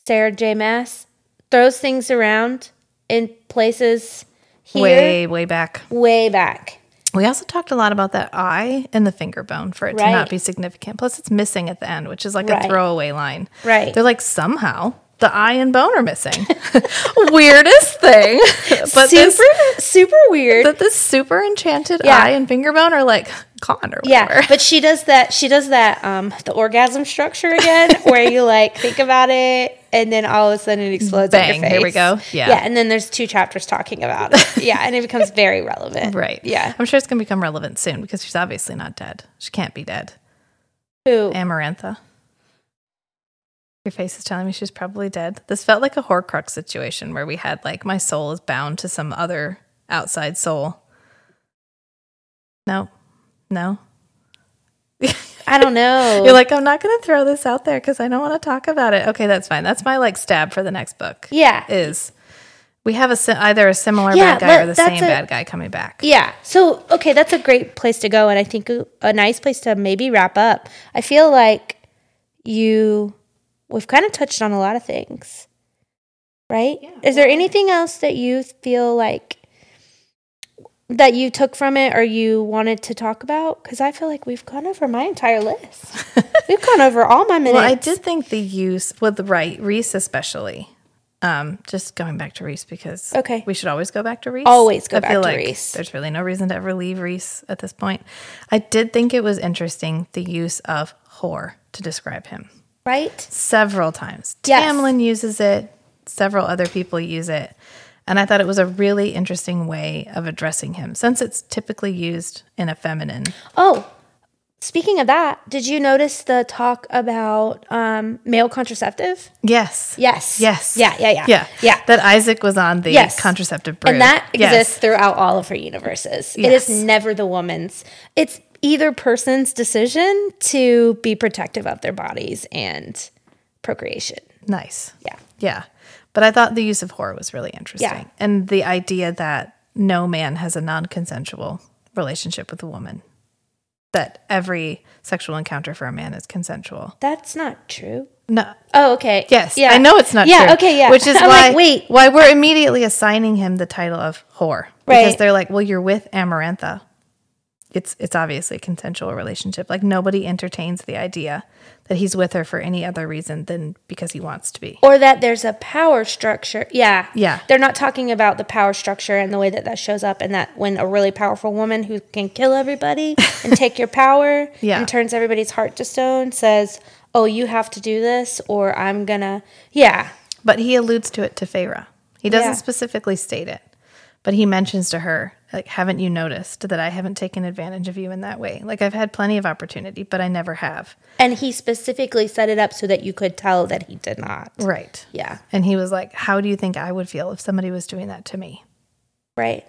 Sarah J. Mass throws things around in places here way,
Way, way back.
back.
We also talked a lot about that eye and the finger bone for it to
Right.
not be significant. Plus, it's missing at the end, which is like
Right.
a throwaway line.
Right.
They're like, somehow the eye and bone are missing. Weirdest thing. But
super
this-
super weird.
that this super enchanted
Yeah.
eye and finger bone are like gone or
yeah.
whatever.
But she does that she does that um the orgasm structure again where you like think about it and then all of a sudden it explodes. in your
Bang, here we
face.
go. Yeah.
Yeah. And then there's two chapters talking about it. Yeah. And it becomes very relevant.
Right.
Yeah.
I'm sure it's going to become relevant soon because she's obviously not dead. She can't be dead.
Who?
Amarantha. Your face is telling me she's probably dead. This felt like a Horcrux situation where we had like my soul is bound to some other outside soul. No, no.
I don't know.
You're like, I'm not going to throw this out there because I don't want to talk about it. Okay, that's fine. That's my like stab for the next book.
yeah.
Is we have a si- either a similar
Yeah,
bad guy
let-
or the
that's
same
a-
bad guy coming back.
Yeah. So, okay, that's a great place to go. And I think a, a nice place to maybe wrap up. I feel like you, we've kind of touched on a lot of things, right? Is there anything else that you feel like that you took from it or you wanted to talk about? Because I feel like we've gone over my entire list. we've gone over all my minutes.
Well, I did think the use with right Reese especially. Um, just going back to Reese because
Okay.
we should always go back to Reese.
Always go back to Reese.
There's really no reason to ever leave Reese at this point. I did think it was interesting the use of whore to describe him
Right?
several times.
Yes.
Tamlin uses it, several other people use it. And I thought it was a really interesting way of addressing him since it's typically used in a feminine.
Oh, speaking of that, did you notice the talk about um, male contraceptive?
Yes.
Yes.
Yes.
Yeah. Yeah. Yeah.
Yeah.
Yeah.
That Isaac was on the
Yes.
contraceptive brew.
and that
Yes.
exists throughout all of her universes. It is
Yes.
never the woman's. It's either person's decision to be protective of their bodies and procreation.
Nice.
Yeah.
Yeah. But I thought the use of horror was really interesting.
Yeah.
And the idea that no man has a non consensual relationship with a woman, that every sexual encounter for a man is consensual.
That's not true.
No.
Oh, okay.
Yes, I know it's not
yeah,
true.
Okay. Yeah.
Which is
I'm
why
like, wait.
why we're immediately assigning him the title of whore because
Right.
they're like, well, you're with Amarantha, it's it's obviously a consensual relationship. Like nobody entertains the idea that he's with her for any other reason than because he wants to be.
or that there's a power structure. Yeah.
Yeah.
They're not talking about the power structure and the way that that shows up, and that when a really powerful woman who can kill everybody and take your power
Yeah.
and turns everybody's heart to stone says, Oh, you have to do this, or I'm gonna. Yeah.
But he alludes to it to Feyre. He doesn't
Yeah.
specifically state it, but he mentions to her, like, haven't you noticed that I haven't taken advantage of you in that way? Like I've had plenty of opportunity, but I never have.
And he specifically set it up so that you could tell that he did not.
Right.
Yeah.
And he was like, How do you think I would feel if somebody was doing that to me?
Right.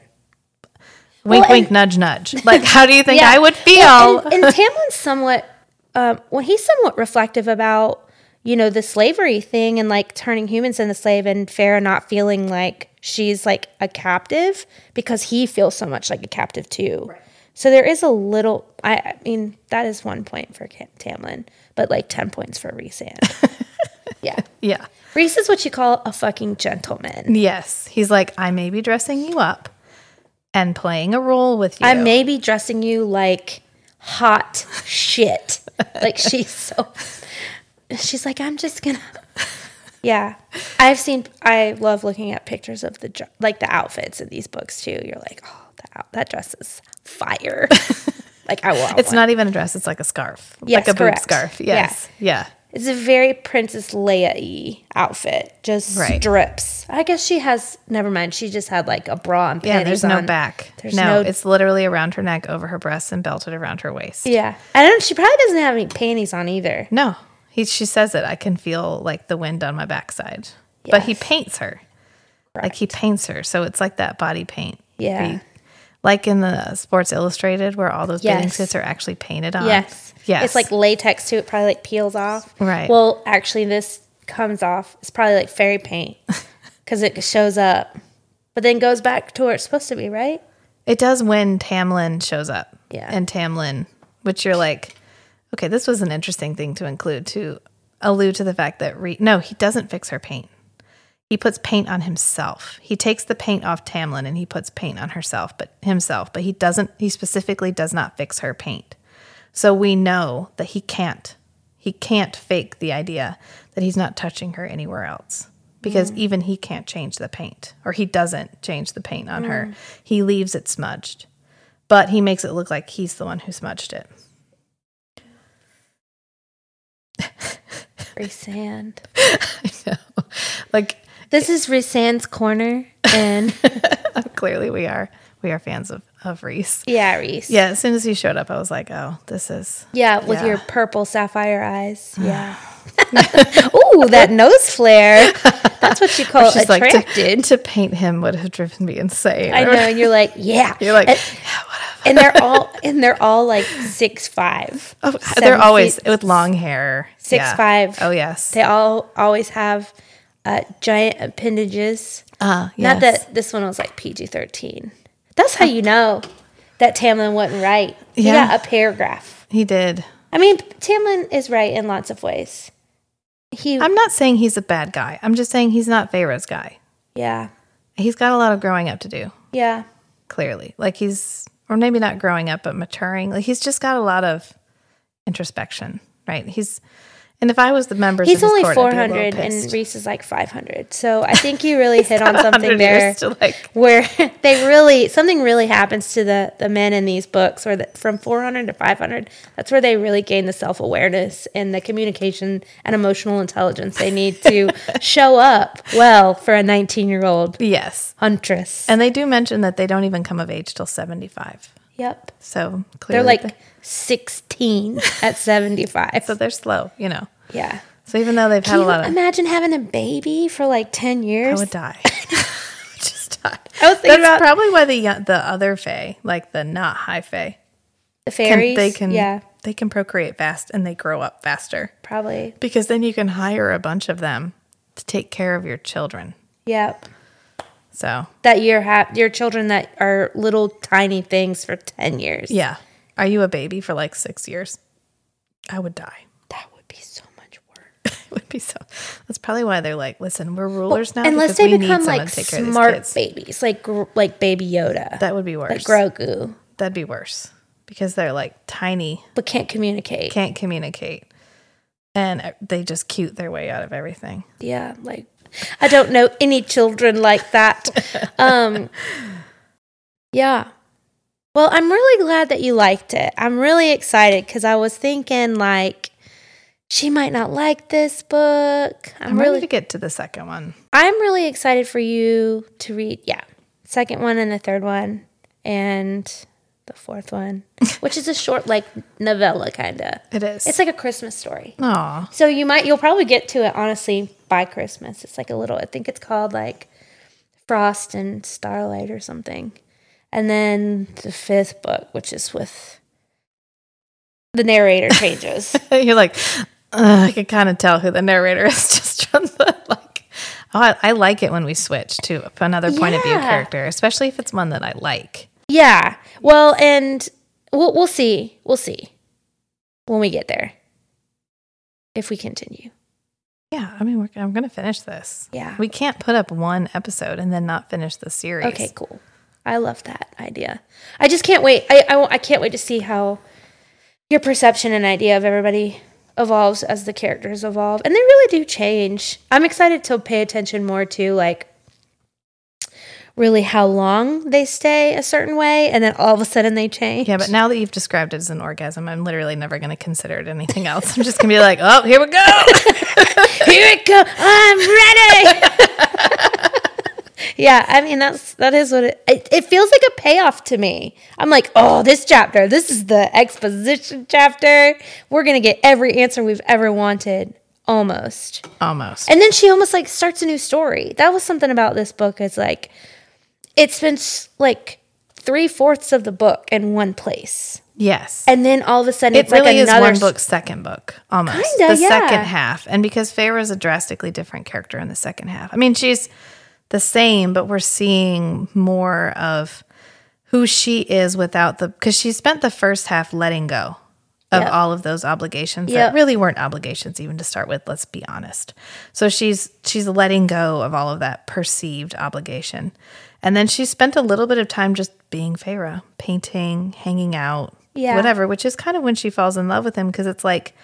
Wink,
Well,
wink, nudge, nudge. Like, how do you think I would feel?
Well, and, and Tamlin's somewhat, um, well, he's somewhat reflective about, you know, the slavery thing and like turning humans into slave and Farah not feeling like she's like a captive because he feels so much like a captive too. So there is a little, I, I mean, that is one point for Cam- Tamlin, but like 10 points for Reese. and- yeah.
yeah.
Reese is what you call a fucking gentleman.
Yes. He's like, I may be dressing you up and playing a role with you.
I may be dressing you like hot shit. like she's so she's like, I'm just gonna Yeah. I've seen I love looking at pictures of the dr- like the outfits in these books too. You're like, oh that out- that dress is fire. like I want
It's
one.
not even a dress, it's like a scarf.
Yes,
like a
correct.
boob scarf.
Yeah.
Yes. Yeah.
It's a very Princess Leia y outfit. Just
Right.
strips. I guess she has never mind. She just had like a bra and panties
Yeah, there's no
on.
back.
There's
no,
no-
it's literally around her neck, over her breasts, and belted around her waist.
Yeah. I don't she probably doesn't have any panties on either.
No, he, she says it. I can feel like the wind on my backside. But he
Yes.
paints her. Like he paints her. So it's like that body paint.
Yeah.
We- like in the Sports Illustrated where all those bathing
Yes.
suits are actually painted on.
Yes.
Yes.
It's like latex too. It probably like peels off.
Right.
Well, actually, this comes off. It's probably like fairy paint because it shows up, but then goes back to where it's supposed to be, right?
It does when Tamlin shows up.
Yeah.
And Tamlin, which you're like, okay, this was an interesting thing to include to allude to the fact that Re- no, he doesn't fix her paint. He puts paint on himself. He takes the paint off Tamlin and he puts paint on herself, but himself, but he doesn't he specifically does not fix her paint. So we know that he can't. He can't fake the idea that he's not touching her anywhere else because even he can't change the paint or he doesn't change the paint on her. He leaves it smudged, but he makes it look like he's the one who smudged it.
Resand.
I know. Like
This is Resand's corner, and
clearly we are we are fans of of Reese.
yeah, Reese.
Yeah, as soon as he showed up, I was like, "Oh, this is
Yeah, with
Yeah.
your purple sapphire eyes. Yeah. Ooh, that nose flare. That's what you call
She's like, to-
attracted.
to paint him would have driven me insane."
I know, and you're like, yeah.
You're like,
and, and they're all and they're all like six five.
Oh, they're
seven
always
feet
with long hair,
six
Yeah.
five.
Oh yes,
They all always have uh, giant appendages.
uh,
Not that this one was like PG thirteen. That's how you know that Tamlin wasn't right. He
Yeah.
got a paragraph.
he did.
I mean, Tamlin is right in lots of ways. He,
I'm not saying he's a bad guy. I'm just saying he's not Pharaoh's guy.
yeah,
He's got a lot of growing up to do.
yeah,
Clearly, like he's, or maybe not growing up, but maturing. Like he's just got a lot of introspection, right? He's, and if I was the members,
he's
of his
only
court,
four
I'd be a little
hundred, and
pissed.
Reese is like five hundred. So I think you really hit on
Got 100
something
years
there.
to, like,
where they really something really happens to the the men in these books or that from 400 to 500 that's where they really gain the self-awareness and the communication and emotional intelligence they need to show up well for a 19 year old
yes,
huntress
and they do mention that they don't even come of age till 75.
yep
So clearly,
they're like 16 at 75
so they're slow, you know.
yeah
So even though they've
can
had a
you
lot of,
imagine having a baby for like 10
I
years
would die. I would just die.
I was thinking
That's
about-
probably why the yo- the other Fae, like the not high Fae,
the
can,
fairies
they can
yeah
they can procreate fast and they grow up faster
probably
because then you can hire a bunch of them to take care of your children.
yep
So
that your ha- your children that are little tiny things for 10 years.
yeah, are you a baby for like six years? I would die.
That would be so much work.
It would be so. That's probably why they're like, listen, we're rulers now.
Unless
because
they
we need
become
someone
like
to take care of these
smart
kids.
babies, like gr- like baby Yoda,
That would be worse.
like Grogu.
That'd be worse. because they're like tiny,
but can't communicate.
can't communicate, and e, they just cute their way out of everything.
Yeah, like I don't know any children like that. Um Yeah. Well, I'm really glad that you liked it. I'm really excited cuz I was thinking like she might not like this book. I'm,
I'm, ready
really
to get to the second one.
I'm really excited for you to read. Yeah. Second one and the third one and the fourth one, which is a short like novella kind of.
It is.
It's like a Christmas story.
Aw.
So you might you'll probably get to it honestly by Christmas. It's like a little I think it's called like Frost and Starlight or something. And then the fifth book, which is with the narrator changes.
You're like, "Ugh," I can kind of tell who the narrator is just from the like. Oh, I, I like it when we switch to another point of view
Yeah.
character, especially if it's one that I like.
yeah. Well, and we'll we'll see. We'll see when we get there. If we continue.
Yeah, I mean, we're, I'm going to finish this.
Yeah.
We can't put up one episode and then not finish the series.
Okay, cool. I love that idea. I just can't wait. I, I, won't- I can't wait to see how your perception and idea of everybody evolves as the characters evolve. And they really do change. I'm excited to pay attention more to like really how long they stay a certain way and then all of a sudden they change.
Yeah, but now that you've described it as an orgasm, I'm literally never going to consider it anything else. I'm just going to be like, oh, here we go.
Here it go. I'm ready. yeah, I mean that's that is what it, it it feels like a payoff to me. I'm like, oh, this chapter, this is the exposition chapter. We're gonna get every answer we've ever wanted, almost.
Almost.
And then she almost like starts a new story. That was something about this book. Is like, it's been s- like three fourths of the book in one place,
Yes.
and then all of a sudden
it
it's
really
like
is
another
one
s-
book's second book, almost.
Kinda,
the
yeah.
second half. And because Feyre's a drastically different character in the second half. I mean, she's the same, but we're seeing more of who she is without the, because she spent the first half letting go of
Yep.
all of those obligations
Yep.
that really weren't obligations even to start with let's be honest so she's she's letting go of all of that perceived obligation and then she spent a little bit of time just being Feyre, painting hanging out
Yeah.
whatever which is kind of when she falls in love with him because it's like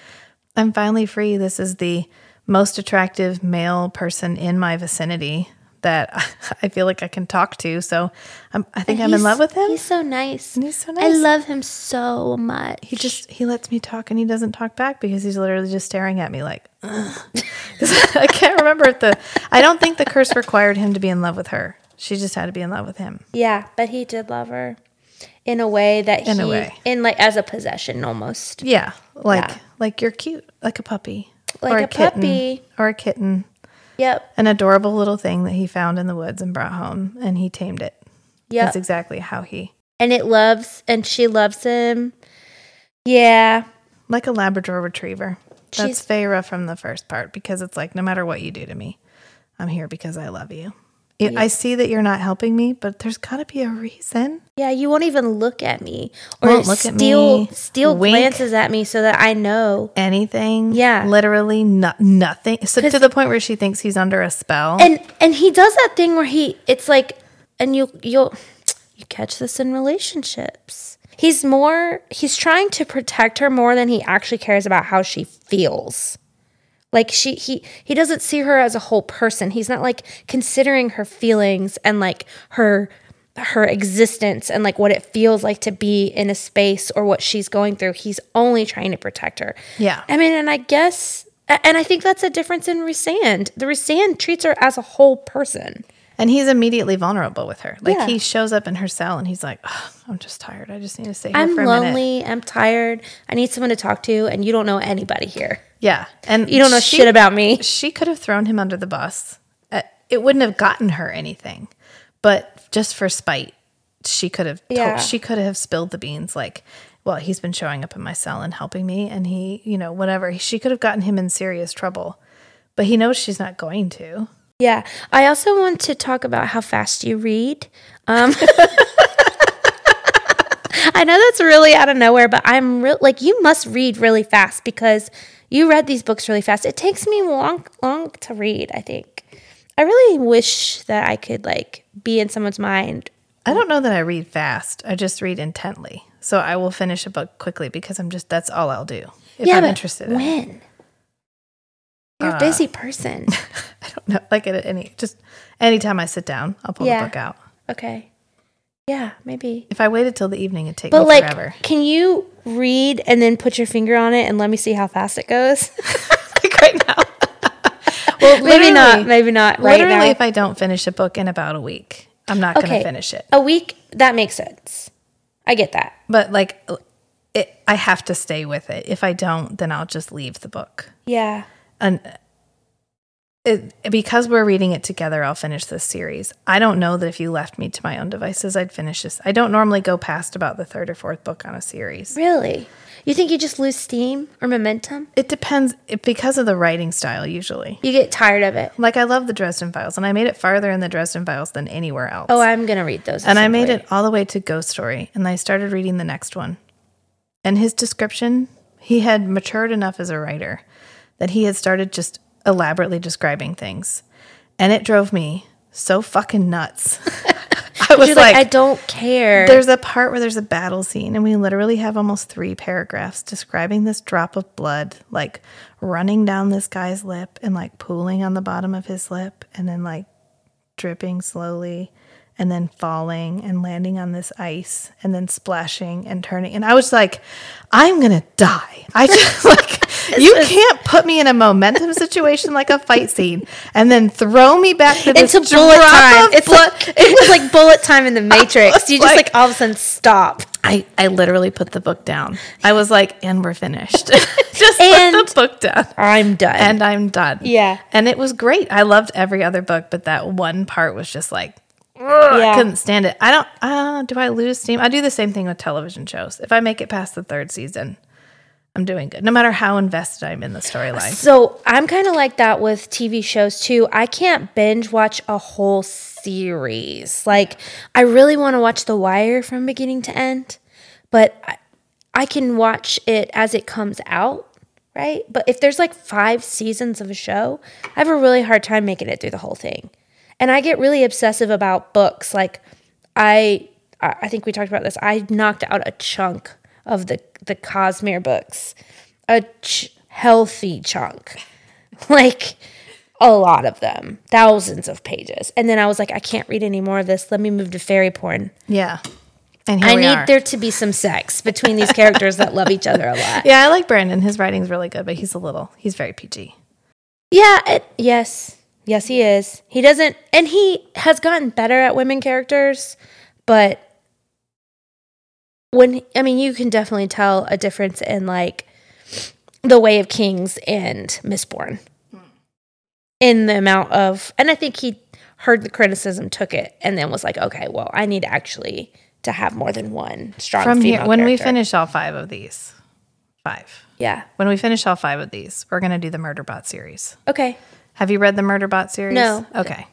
i'm finally free this is the most attractive male person in my vicinity that i feel like i can talk to so I'm, i think i'm in
He's-
love with him
He's so nice.
And he's so
I
nice.
love him so much.
he just he lets me talk and he doesn't talk back because he's literally just staring at me like "Ugh." 'Cause i can't remember if the i don't think the curse required him to be in love with her she just had to be in love with him
Yeah, but he did love her in a way that
In
he
a way.
in like as a possession almost.
yeah like
Yeah.
like you're cute like a puppy
Like a puppy.
or a kitten
Yep.
an adorable little thing that he found in the woods and brought home and he tamed it
Yep.
that's exactly how he
and it loves and she loves him. Yeah.
like a labrador retriever that's
She's-
Feyre from the first part because it's like no matter what you do to me i'm here because i love you I- I see that you're not helping me, but there's got to be a reason.
Yeah, you won't even look at me or
Won't look at
steal
me.
steal
Wink.
glances at me so that I know.
anything.
Yeah.
Literally no- nothing. So
'Cause-
to the point where she thinks he's under a spell.
And and he does that thing where he it's like and you you'll you catch this in relationships. He's more he's trying to protect her more than he actually cares about how she feels. Like she he he doesn't see her as a whole person. He's not like considering her feelings and like her her existence and like what it feels like to be in a space or what she's going through. He's only trying to protect her.
Yeah.
I mean, and I guess a- and I think that's a difference in Resand. The Resand treats her as a whole person.
and he's immediately vulnerable with her. Like
Yeah.
he shows up in her cell and he's like, "Ugh, I'm just tired. I just need to stay here
I'm
for a minute.
lonely, I'm tired, I need someone to talk to, and you don't know anybody here.
Yeah. And
You don't know
she-
shit about me.
She could have thrown him under the bus. Uh, It wouldn't have gotten her anything. But just for spite, she could have told-
Yeah.
she could have spilled the beans like, well, he's been showing up in my cell and helping me and he, you know, whatever. She could have gotten him in serious trouble. But he knows she's not going to.
Yeah. I also want to talk about how fast you read. Um, I know that's really out of nowhere, but I'm real like you must read really fast because you read these books really fast. It takes me long long to read, I think. I really wish that I could like be in someone's mind.
I don't know that I read fast. I just read intently. So I will finish a book quickly because I'm just that's all I'll do if
yeah,
I'm
but
interested. in it.
When? You're a busy person.
I don't know, like at any just anytime I sit down, I'll pull
Yeah.
the book out.
okay. Yeah, maybe.
If I waited till the evening, it'd take
But
me
like,
forever.
can you read and then put your finger on it and let me see how fast it goes?
like right now. well,
maybe not.
literally-
Maybe not right
literally,
now.
if I don't finish a book in about a week, I'm not going to finish it.
A week, that makes sense. I get that.
But like, it, I have to stay with it. If I don't, then I'll just leave the book.
Yeah.
And it, because we're reading it together, I'll finish this series. I don't know that if you left me to my own devices, I'd finish this. I don't normally go past about the third or fourth book on a series.
Really? You think you just lose steam or momentum?
It depends it, because of the writing style, usually.
You get tired of it.
Like, I love the Dresden Files, and I made it farther in the Dresden Files than anywhere else.
Oh, I'm going to read those. at
And I
some
made
point.
it all the way to Ghost Story, and I started reading the next one. And his description, he had matured enough as a writer that he had started just elaborately describing things. And it drove me so fucking nuts. I was
You're
like,
like, I don't care.
there's a part where there's a battle scene, and we literally have almost three paragraphs describing this drop of blood, like running down this guy's lip and like pooling on the bottom of his lip, and then like dripping slowly, and then falling and landing on this ice, and then splashing and turning. And I was like, I'm gonna die. I just like, you can't put me in a momentum situation like a fight scene and then throw me back to this
into bullet
drop
time.
of
It's
blood.
like, it was like bullet time in the Matrix. You just
like-
like all of a sudden stop.
I, I literally put the book down. I was like, and we're finished. Just put
And-
the book down.
I'm done.
And I'm done.
Yeah.
And it was great. I loved every other book, but that one part was just like, ugh, I
Yeah.
couldn't stand it. I don't, uh, do I lose steam? I do the same thing with television shows. If I make it past the third season, I'm doing good, no matter how invested I'm in the storyline.
so I'm kind of like that with TV shows too. I can't binge watch a whole series. Like I really want to watch The Wire from beginning to end, but I, I can watch it as it comes out. Right. But if there's like five seasons of a show, I have a really hard time making it through the whole thing. And I get really obsessive about books. Like I I I think we talked about this. I knocked out a chunk of the the Cosmere books, a ch- healthy chunk, like a lot of them, thousands of pages. And then I was like, I can't read any more of this. Let me move to fairy porn.
Yeah. And here
I
we
need
are.
there to be some sex between these characters that love each other a lot.
yeah, I like Brandon. His writing's really good, but he's a little, he's very PG.
Yeah. It, yes. Yes, he is. He doesn't, and he has gotten better at women characters, but when I mean, you can definitely tell a difference in like the Way of Kings and Mistborn
Hmm.
in the amount of, and I think he heard the criticism, took it, and then was like, okay, well, I need actually to have more than one strong
From here,
female
when we
character.
finish all five of these, five.
yeah,
When we finish all five of these, we're going to do the Murderbot series.
okay,
Have you read the Murderbot series?
No.
Okay.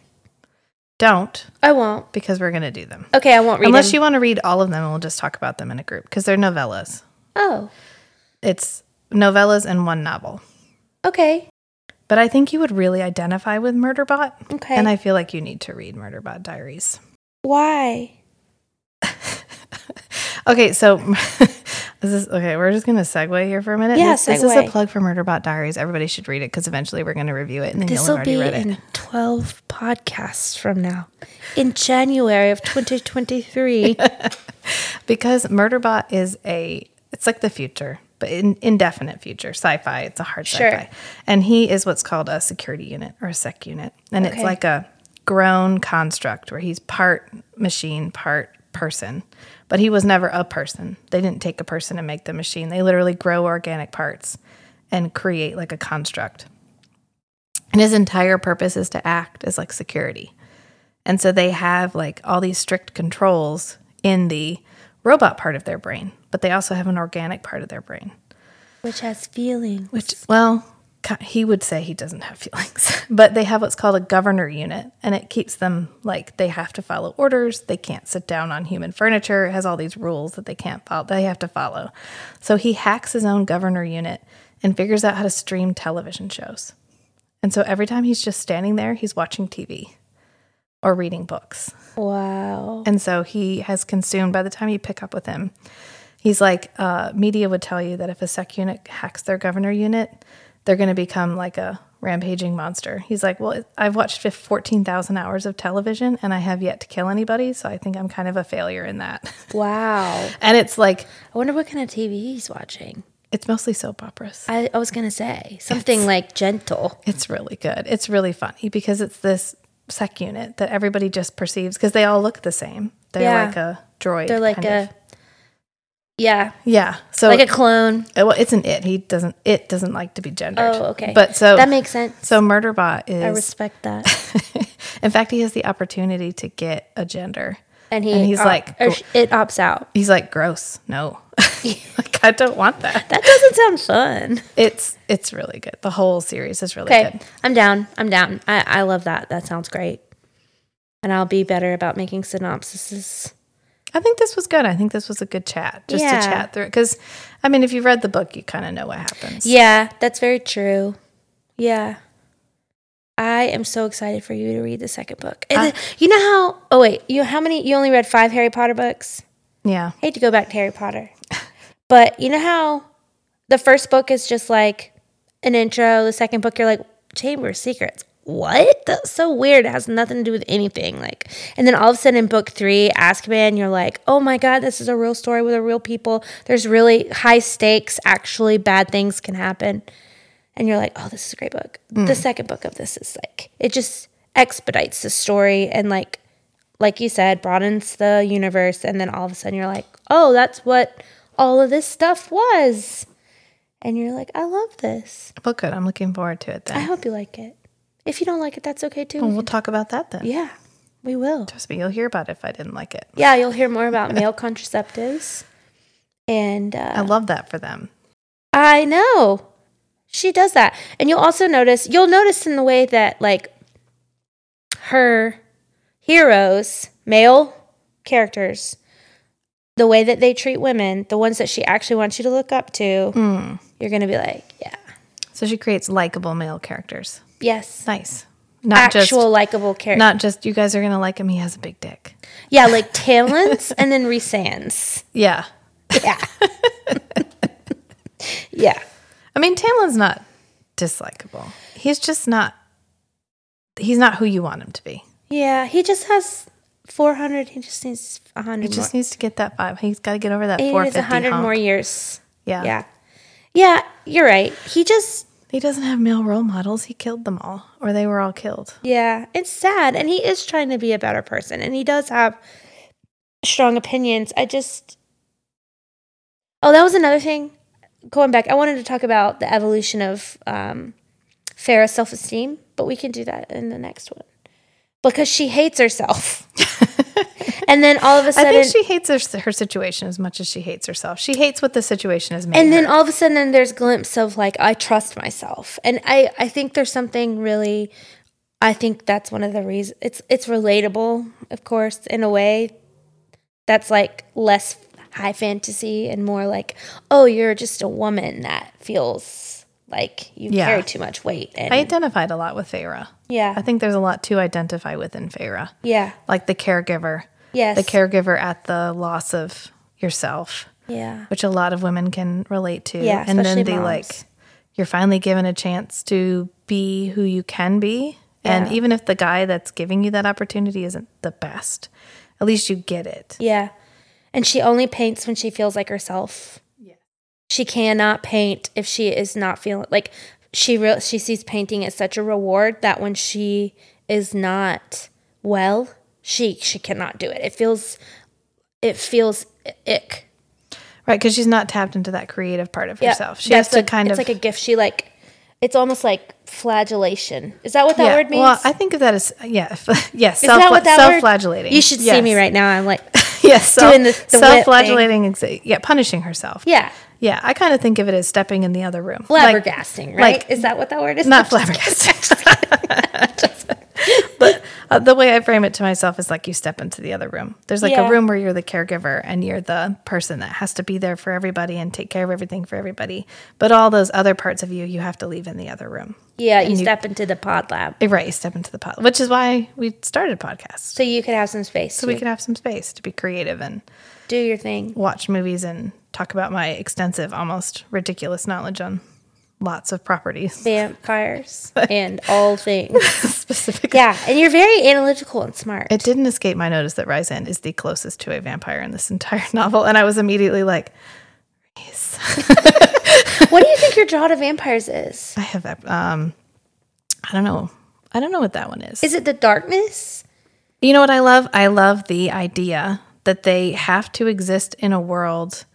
Don't
I won't.
because we're going to do them.
Okay, I won't read
Unless
him.
you want to read all of them, and we'll just talk about them in a group because they're novellas.
Oh,
It's novellas and one novel.
okay,
But I think you would really identify with Murderbot.
okay.
And I feel like you need to read Murderbot Diaries.
Why?
Okay, so this is okay. We're just gonna segue here for a minute.
Yeah,
this, this is a
segue.
plug for Murderbot Diaries. Everybody should read it because eventually we're gonna review it, and then
This
you'll have
will
already
be
read it.
in 12 podcasts from now, in January of 2023.
because Murderbot is a it's like the future, but in indefinite future, sci-fi. It's a hard
Sure.
sci-fi, and he is what's called a security unit or a sec unit, and it's
Okay.
like a grown construct where he's part machine, part person. But he was never a person. They didn't take a person and make the machine. They literally grow organic parts and create like a construct. And his entire purpose is to act as like security. And so they have like all these strict controls in the robot part of their brain, but they also have an organic part of their brain,
Which has feelings.
which, well, ki- he would say he doesn't have feelings, but they have what's called a governor unit, and it keeps them like they have to follow orders. They can't sit down on human furniture. It has all these rules that they can't follow, they have to follow. So he hacks his own governor unit and figures out how to stream television shows. And so every time he's just standing there, he's watching TV or reading books.
Wow.
And so he has consumed, by the time you pick up with him, He's like, uh, media would tell you that if a sec unit hacks their governor unit, they're going to become like a rampaging monster. He's like, well, I've watched fif- 14,000 hours of television and I have yet to kill anybody. So I think I'm kind of a failure in that.
Wow.
and it's like,
I wonder what kind of TV he's watching.
it's mostly soap operas.
I, I was going to say something like gentle.
It's really good. It's really funny because it's this sec unit that everybody just perceives because they all look the same. They're
Yeah.
like a droid.
They're like
kind
a,
of.
yeah,
yeah. So
like a clone.
Uh, Well, it's an it. He doesn't. It doesn't like to be gendered.
Oh, okay.
But so
that makes sense.
so Murderbot is.
I respect that.
in fact, he has the opportunity to get a gender.
And he
And he's
op-
like,
or sh- it opts out.
He's like, gross. No, like I don't want that.
That doesn't sound fun.
It's it's really good. The whole series is really
Okay,
good.
I'm down. I'm down. I, I love that. That sounds great. And I'll be better about making synopsises.
I think this was good. I think this was a good chat, just
Yeah.
to chat through it. Because I mean, if you read the book, you kind of know what happens.
Yeah, that's very true. Yeah. I am so excited for you to read the second book. And
I-
the- you know how? Oh wait, you how many? You only read five Harry Potter books.
Yeah.
hate to go back to Harry Potter, but you know how the first book is just like an intro. The second book, you're like Chamber of Secrets. What? That's so weird. It has nothing to do with anything. Like, and then all of a sudden in book three, Azkaban, you're like, oh my god, this is a real story with a real people. There's really high stakes. Actually, bad things can happen, and you're like, oh, this is a great book. The second book of this is like it just expedites the story and like like you said, broadens the universe. And then all of a sudden you're like, oh, that's what all of this stuff was. And you're like, I love this.
Well, good. I'm looking forward to it
I
then.
hope you like it. If you don't like it, that's okay too.
Well, we'll talk about that then.
yeah, we will.
Trust me, you'll hear about it if I didn't like it.
Yeah, you'll hear more about male contraceptives. And uh,
I love that for them.
I know. She does that. And you'll also notice, you'll notice in the way that, like, her heroes, male characters, the way that they treat women, the ones that she actually wants you to look up to,
Mm.
you're going to be like, yeah,
So she creates likable male characters.
yes.
Nice. Not
actual
just
likable characters.
not just you guys are gonna like him. He has a big dick.
yeah, like Talons and then Resands.
Yeah.
Yeah. yeah.
I mean, Tamlin's not dislikable. He's just not. He's not who you want him to be.
Yeah. He just has 400. He just needs 100
He
more.
just needs to get that vibe. He's got to get over that
Eight
four
is a
fifty
hundred
hump.
more years.
Yeah.
Yeah. Yeah, you're right. He just
He doesn't have male role models. He killed them all, or they were all killed.
yeah, it's sad. And he is trying to be a better person and he does have strong opinions. I just Oh, that was another thing. Going back, I wanted to talk about the evolution of um Farrah's self esteem, but we can do that in the next one. Because she hates herself. and then all of a
I
sudden
think she hates her, her situation as much as she hates herself. She hates what the situation has made.
and then
her.
all of a sudden then there's glimpse of like i trust myself and i i think there's something really i think that's one of the reasons it's it's relatable of course in a way that's like less high fantasy and more like oh you're just a woman that feels like you
Yeah.
carry too much weight and
I identified a lot with Feyre.
yeah
I think there's a lot to identify with in Feyre,
yeah
like the caregiver,
yes
the caregiver at the loss of yourself.
yeah
which a lot of women can relate to.
Yeah,
and then
especially
they
moms.
like you're finally given a chance to be who you can be. And
Yeah.
even if the guy that's giving you that opportunity isn't the best, at least you get it.
Yeah. And she only paints when she feels like herself. Yeah. She cannot paint if she is not feeling like she real she sees painting as such a reward that when she is not well, she she cannot do it. It feels it feels ick.
Right. Because she's not tapped into that creative part of
Yeah.
herself. She has
That's
to
like-
kind
it's
of.
like a gift. She like it's almost like flagellation. Is that what that
yeah.
word means?
Well, I think of that as, yeah, yeah,
is that
self,
what that word-
self-flagellating.
You should see
Yes.
me right now. I'm like,
Yes, self,
doing the- the whip thing.
self-flagellating, exa- yeah, punishing herself.
yeah,
yeah. I kind of think of it as stepping in the other room, Like-
flabbergasting, right?
like-
is that what that word is?
not flabbergasted. but uh, the way I frame it to myself is like you step into the other room. There's like
Yeah.
a room where you're the caregiver and you're the person that has to be there for everybody and take care of everything for everybody. But all those other parts of you, you have to leave in the other room.
Yeah, you step into the pod lab.
Right, you step into the pod, which is why we started podcasts.
So you could have some space.
So we could have some space to be creative and
Do your thing.
watch movies and talk about my extensive, almost ridiculous knowledge on lots of properties.
Vampires and all things.
Specifically,
Yeah, and you're very analytical and smart.
it didn't escape my notice that Ryzen is the closest to a vampire in this entire novel, and I was immediately like,
what do you think your draw to vampires is?
I have, um, I don't know, I don't know what that one is.
Is it the darkness?
You know what I love? I love the idea that they have to exist in a world.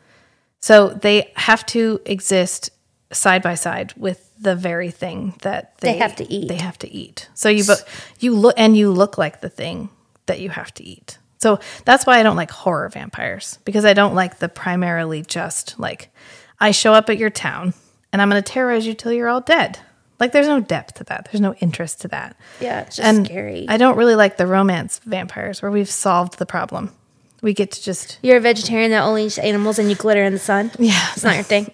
So they have to exist side by side with the very thing that they,
have to eat.
They have to eat. So you bo- you look and you look like the thing that you have to eat. So that's why I don't like horror vampires because I don't like the primarily just like I show up at your town and I'm going to terrorize you till you're all dead. Like there's no depth to that. There's no interest to that.
Yeah, it's just
And
scary.
I don't really like the romance vampires where we've solved the problem. We get to just
you're a vegetarian that only eats animals and you glitter in the sun.
yeah.
It's not your thing.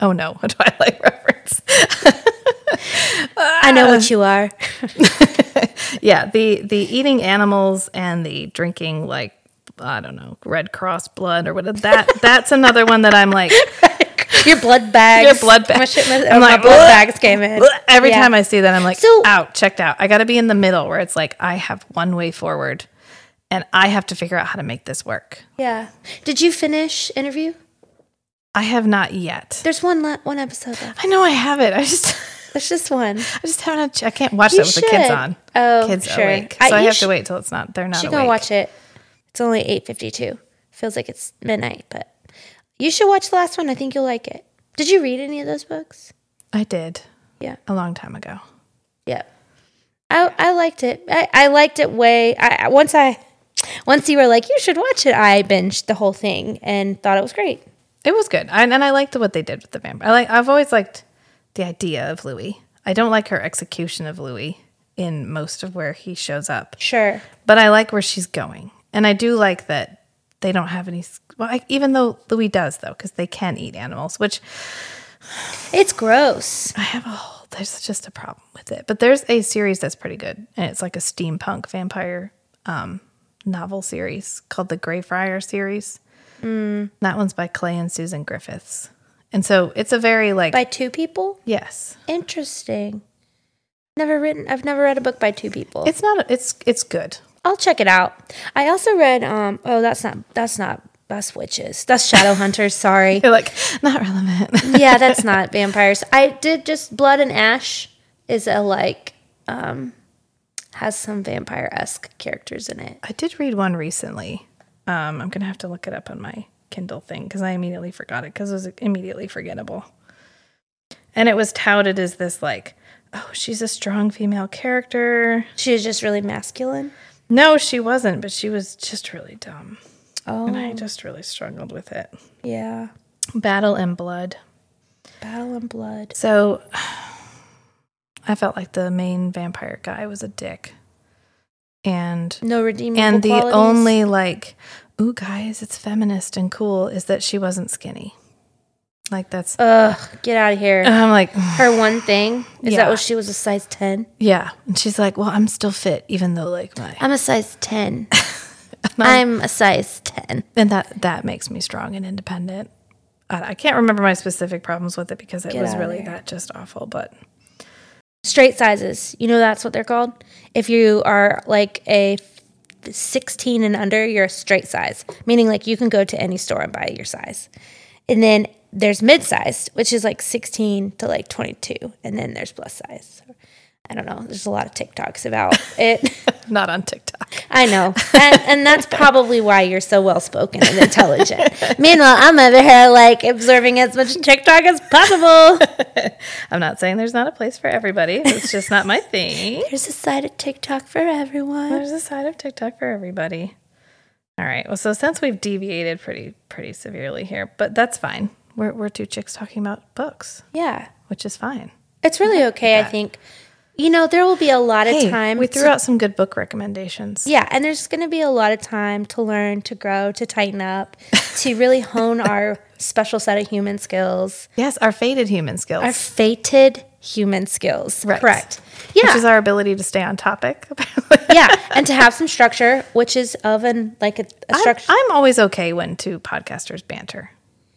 Oh no, a Twilight reference.
I know what you are.
yeah, the the eating animals and the drinking like I don't know Red Cross blood or whatever. That that's another one that I'm like
Your blood bags.
Your blood bag-
My, shit, my,
I'm
oh, my
like,
blood
"Ugh."
bags came in.
every
Yeah.
time I see that I'm like
So-
out checked out. I got to be in the middle where it's like I have one way forward, and I have to figure out how to make this work.
Yeah. Did you finish interview?
I have not yet.
There's one le- one episode left.
I know I have it. I just.
There's just one.
I just haven't. had ch- I can't watch
You
that with the kids
should.
on.
Oh,
kids
sure.
awake.
I-
So I,
you
have
sh-
to wait till it's not. They're not
should
awake.
go watch it. It's only eight fifty two. Feels like it's midnight, but you should watch the last one. I think you'll like it. Did you read any of those books?
I did
Yeah.
a long time ago.
Yeah. I, I liked it. I, I liked it way. I I- once I once you were like you should watch it. I binged the whole thing and thought it was great.
It was good, and, and I liked what they did with the vampire. I like. I've always liked the idea of Louis. I don't like her execution of Louis in most of where he shows up,
Sure.
but I like where she's going, and I do like that they don't have any. s- Well, I, even though Louis does though, because they can eat animals, which
It's gross.
I have a whole, there's just a problem with it. But there's a series that's pretty good, and it's like a steampunk vampire um, novel series called the Greyfriar series. Mm. That one's by Clay and Susan Griffiths, and so it's a very like
By two people?
yes,
Interesting. Never written I've never read a book by two people.
it's not it's it's good.
I'll check it out. I also read um oh that's not that's not that's witches. That's shadow hunters, sorry.
You're like not relevant.
yeah, that's not vampires. I did just Blood and Ash is a like um has some vampire esque characters in it.
I did read one recently. Um, I'm gonna have to look it up on my Kindle thing because I immediately forgot it because it was immediately forgettable. And it was touted as this like, oh, she's a strong female character.
She was just really masculine.
No, she wasn't, but she was just really dumb. And
Oh
I just really struggled with it.
yeah.
Battle and Blood.
Battle and blood.
So I felt like the main vampire guy was a dick. And
No redeemable.
and the
qualities.
only like, ooh guys, it's feminist and cool is that she wasn't skinny. Like that's
Ugh, get out of here.
and I'm like,
Her one thing is
Yeah.
that what she was a size ten?
yeah. And she's like, Well, I'm still fit, even though like my
I'm a size ten.
I'm-
I'm a size ten.
and that that makes me strong and independent. I, I can't remember my specific problems with it because it
Get
was
outta
really
there.
that just awful. But
straight sizes. You know that's what they're called. If you are like a 16 and under, you're a straight size, meaning like you can go to any store and buy your size. And then there's mid sized, which is like 16 to like 22, and then there's plus size. I don't know. There's a lot of TikToks about it.
not on TikTok.
I know. And, and that's probably why you're so well spoken and intelligent. Meanwhile, I'm over here like observing as much TikTok as possible.
I'm not saying there's not a place for everybody. It's just not my thing.
There's a side of TikTok for everyone.
There's a side of TikTok for everybody. All right. Well, so since we've deviated pretty pretty severely here, but that's fine. We're we're two chicks talking about books,
Yeah.
which is fine.
It's really okay, I think. You know, there will be a lot of
Hey,
time.
we threw
to,
out some good book recommendations.
yeah, and there's going to be a lot of time to learn, to grow, to tighten up, to really hone our special set of human skills,
Yes, our faded human skills.
our fated human skills.
Right.
Correct. Yeah.
Which is our ability to stay on topic. apparently.
yeah. And to have some structure, which is of an like a, a
I'm,
structure.
I'm always okay when two podcasters banter.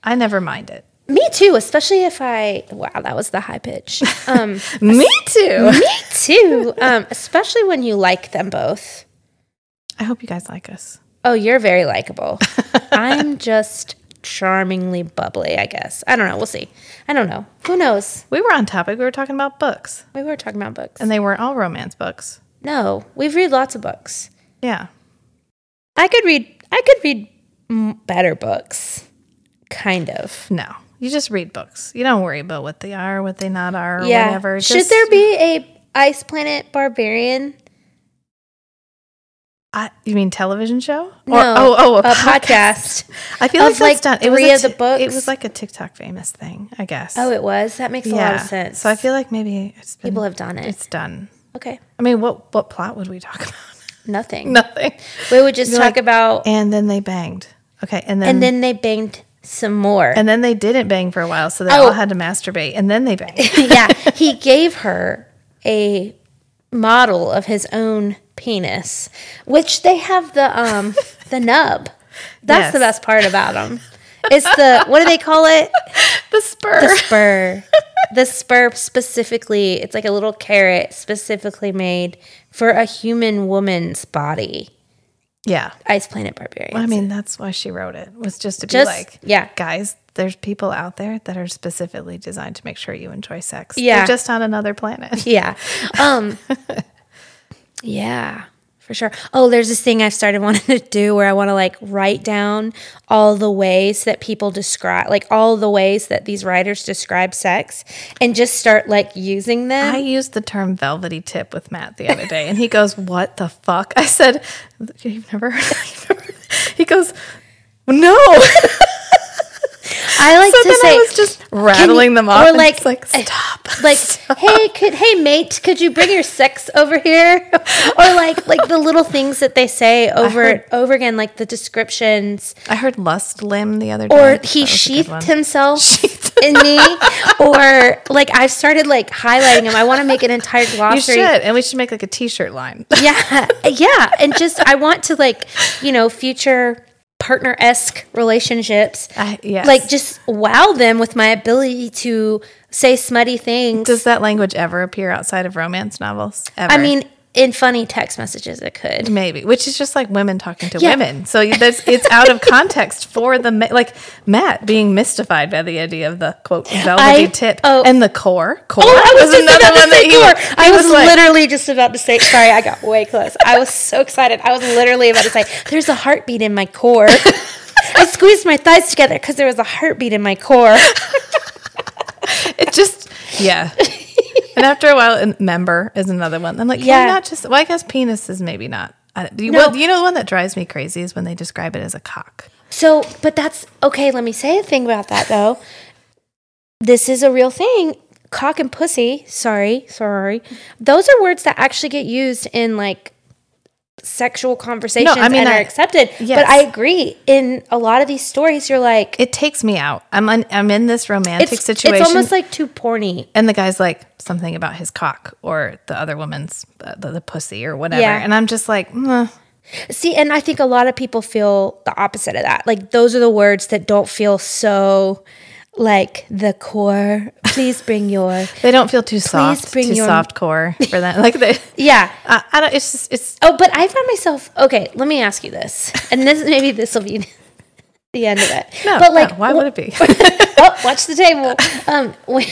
I never mind it.
Me too, especially if I wow, that was the high pitch. Um
Me too.
me too. Um, especially when you like them both.
I hope you guys like us.
Oh, you're very likable. I'm just charmingly bubbly, I guess. I don't know. We'll see. I don't know. Who knows?
We were on topic. We were talking about books,
We were talking about books.
and they weren't all romance books.
No, we've read lots of books.
Yeah.
I could read. I could read mm, better books, kind of.
No. You just read books. You don't worry about what they are, what they not are, or
yeah.
whatever.
Should
Just-
there be a Ice Planet Barbarian?
I, you mean television show? Or,
No,
oh, oh, a, podcast.
podcast.
I feel
Of,
like that's done.
like, three
a
of the
ti- It
books.
was like a TikTok famous thing, I guess.
Oh, it was. That makes a lot of sense.
So I feel like maybe it's been,
people have done it.
it's done.
okay,
I mean, what what plot would we talk about?
nothing.
Nothing.
We would just
You're
talk
like-
about,
And then they banged. Okay, and then
and then they banged some more.
and then they didn't bang for a while, so they
Oh.
all had to masturbate, and then they banged.
yeah, he gave her a model of his own penis, which they have the um the nub. That's the
Yes.
best part about them. It's the what do they call it?
the spur.
The spur. The spur specifically, it's like a little carrot specifically made for a human woman's body.
yeah.
Ice Planet Barbarian.
I mean, that's why she wrote it. Was just to be
Just-
like,
yeah.
guys, there's people out there that are specifically designed to make sure you enjoy sex.
Yeah.
They're just on another planet.
Yeah. Um Yeah, for sure. Oh, there's this thing I've started wanting to do where I want to like write down all the ways that people describe like all the ways that these writers describe sex and just start like using them.
I used the term velvety tip with Matt the other day, and he goes, "What the fuck?" I said, "You've never heard." of it?" he goes, "No."
I, like
so
to
then
say
I was just rattling them off,
or
and
like-
it's like
eh,
stop.
like hey could hey mate could you bring your sex over here or like like the little things that they say over and
heard-
over again like the descriptions
I heard lust limb the other day,
or he sheathed himself
Sheathed.
in me or like i've started like highlighting him i want to make an entire
You
glossary
should, and we should make like a T-shirt line.
yeah yeah and just i want to like you know future partner-esque relationships
I, Ah, yes.
like just wow them with my ability to say smutty things
does that language ever appear outside of romance novels? Ever?
i mean in funny text messages it could
Maybe, which is just like women talking to
Yeah.
women. So you- that's, it's out of context for the ma- like Matt being mystified by the idea of the quote velvety
I-
tip
oh.
and the core. Core
Oh, I was, just about to say
was-
core. I was,
like,
literally just about to say. Sorry, I got way close. I was so excited. I was literally about to say, "There's a heartbeat in my core." I squeezed my thighs together because there was a heartbeat in my core.
It just yeah. and after a while, and member is another one. I'm like, yeah,
Yeah.
not just. Well, I guess penis is maybe not. I, you,
No.
well, you know the one that drives me crazy is when they describe it as a cock.
So, but that's okay. Let me say a thing about that though. This is a real thing. Cock and pussy. Sorry, sorry. Those are words that actually get used in like sexual conversations
mean,
and
I-
are accepted.
yes.
But I agree. In a lot of these stories, you're like,
It takes me out. I'm un, I'm in this romantic situation.
It's almost like too porny.
and the guy's like something about his cock or the other woman's the, the, the pussy or whatever
Yeah.
and i'm just like "Meh."
See, and I think a lot of people feel the opposite of that. Like those are the words that don't feel so like the core. Please bring your
they don't feel too soft
bring
too
your-
soft core for that like they
yeah.
I, I don't it's just it's
Oh, but I found myself okay. Let me ask you this, and this maybe this will be the end of it.
no,
but like,
no, why would it be
oh, watch the table. Um, when,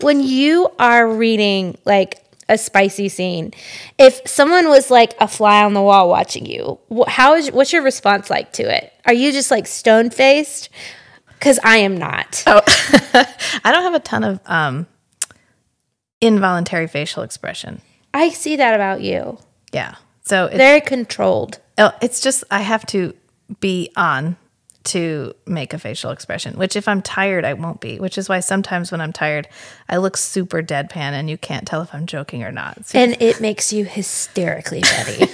when you are reading like a spicy scene, if someone was like a fly on the wall watching you, wh- how is what's your response like to it? Are you just like stone faced? Because I am not.
i don't have a ton of um involuntary facial expression
I see that about you.
yeah so it,
Very controlled.
oh, it's just i have to be on to make a facial expression which if i'm tired i won't be which is why sometimes when i'm tired i look super deadpan and you can't tell if i'm joking or not so
and it makes you hysterically petty.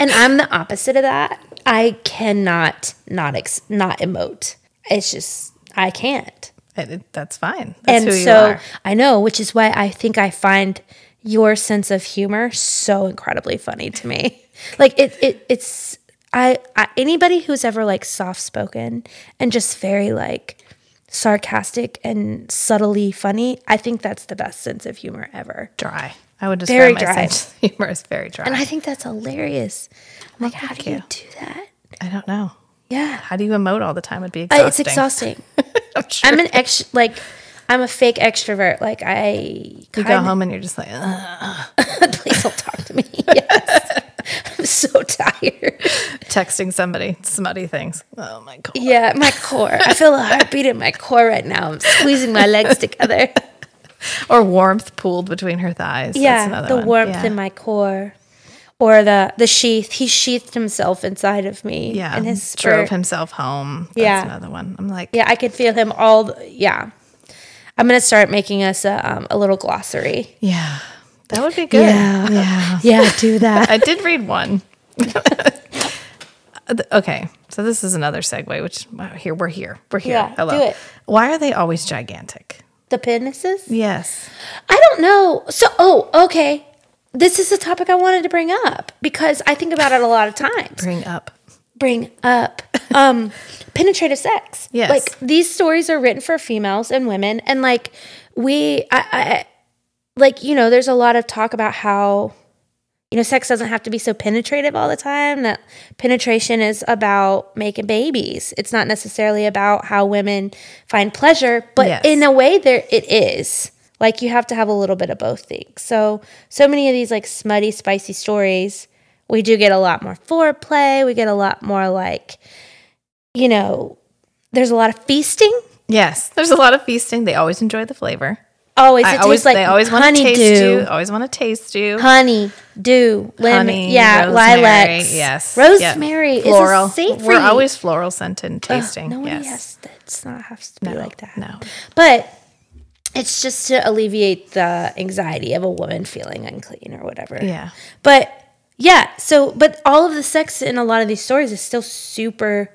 and I'm the opposite of that. I cannot not ex- not emote. It's just I can't.
It, it- that's fine. That's
and
who you
so
are.
I know, which is why I think I find your sense of humor so incredibly funny to me. Like it, it it's I, I anybody who's ever like soft spoken and just very like sarcastic and subtly funny, I think that's the best sense of humor ever.
Dry. I would describe
Very
my
dry.
sense of humor as very dry.
And I think that's hilarious. I'm like, how do you
you.
do that?
I don't know.
Yeah.
How do you emote all the time? It'd be exhausting.
Uh, it's exhausting.
I'm sure.
I'm an extra like I'm a fake extrovert. Like I
you go
kinda-
home and you're just like, Ugh.
please don't talk to me. Yes. I'm so tired.
texting somebody smutty things. Oh my god.
Yeah, my core. I feel a heartbeat in my core right now. I'm squeezing my legs together.
Or warmth pooled between her thighs. That's
Yeah,
another
the
one.
warmth
Yeah.
in my core. Or the the sheath. He sheathed himself inside of me.
yeah.
And his
drove
spirit.
himself home. That's
Yeah.
another one. I'm like,
Yeah, I could feel him all the, yeah. I'm gonna start making us a, um, a little glossary.
yeah, that would be good.
Yeah.
yeah.
Yeah, do that.
I did read one. okay, so this is another segue. Which wow, here we're here. We're here.
Yeah,
Hello.
do it.
Why are they always gigantic?
the penises?
Yes.
I don't know. So, oh, okay. This is a topic I wanted to bring up because I think about it a lot of times.
Bring up.
bring up um penetrative sex
Yes.
like these stories are written for females and women and like we I, I like you know there's a lot of talk about how you know sex doesn't have to be so penetrative all the time that penetration is about making babies it's not necessarily about how women find pleasure but
Yes.
in a way there it is like you have to have a little bit of both things so so many of these like smutty spicy stories we do get a lot more foreplay we get a lot more like you know there's a lot of feasting
Yes. There's a lot of feasting. They always enjoy the flavor.
always it
I
tastes
always
like
they always want to
honeydew
taste you. Always want to taste you.
honey, dew, lemon,
Honey,
yeah,
rosemary,
lilacs,
Yes. Yeah.
rosemary is a savory.
We're always floral scented tasting.
no one
yes.
has to, it's not has to be like that.
No.
But it's just to alleviate the anxiety of a woman feeling unclean or whatever.
Yeah.
But yeah, so but all of the sex in a lot of these stories is still super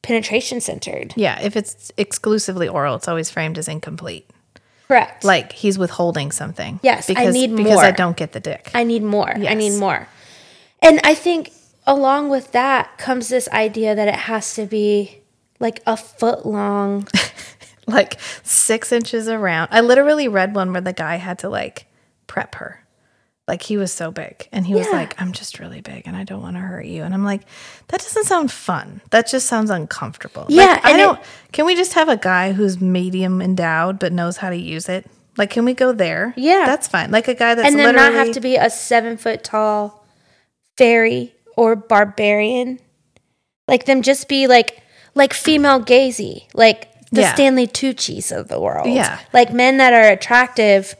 penetration centered.
Yeah. If it's exclusively oral, it's always framed as incomplete.
Correct.
Like he's withholding something.
Yes, I
Because,
need
because I
more.
don't get the dick.
I need more. I need
Yes.
more. And I think along with that comes this idea that it has to be like a foot long.
like six inches around. I literally read one where the guy had to like prep her. Like he was so big and he was
Yeah.
like, I'm just really big and I don't want to hurt you. And I'm like, that doesn't sound fun. That just sounds uncomfortable. Like,
Yeah,
I
and
don't. can we just have a guy who's medium endowed but knows how to use it? Like, can we go there?
Yeah.
That's fine. Like a guy that's
and then
literally.
not have to be a seven foot tall fairy or barbarian. Like them just be like like female gazy, like the
Yeah.
Stanley Tucci's of the world.
Yeah.
Like men that are attractive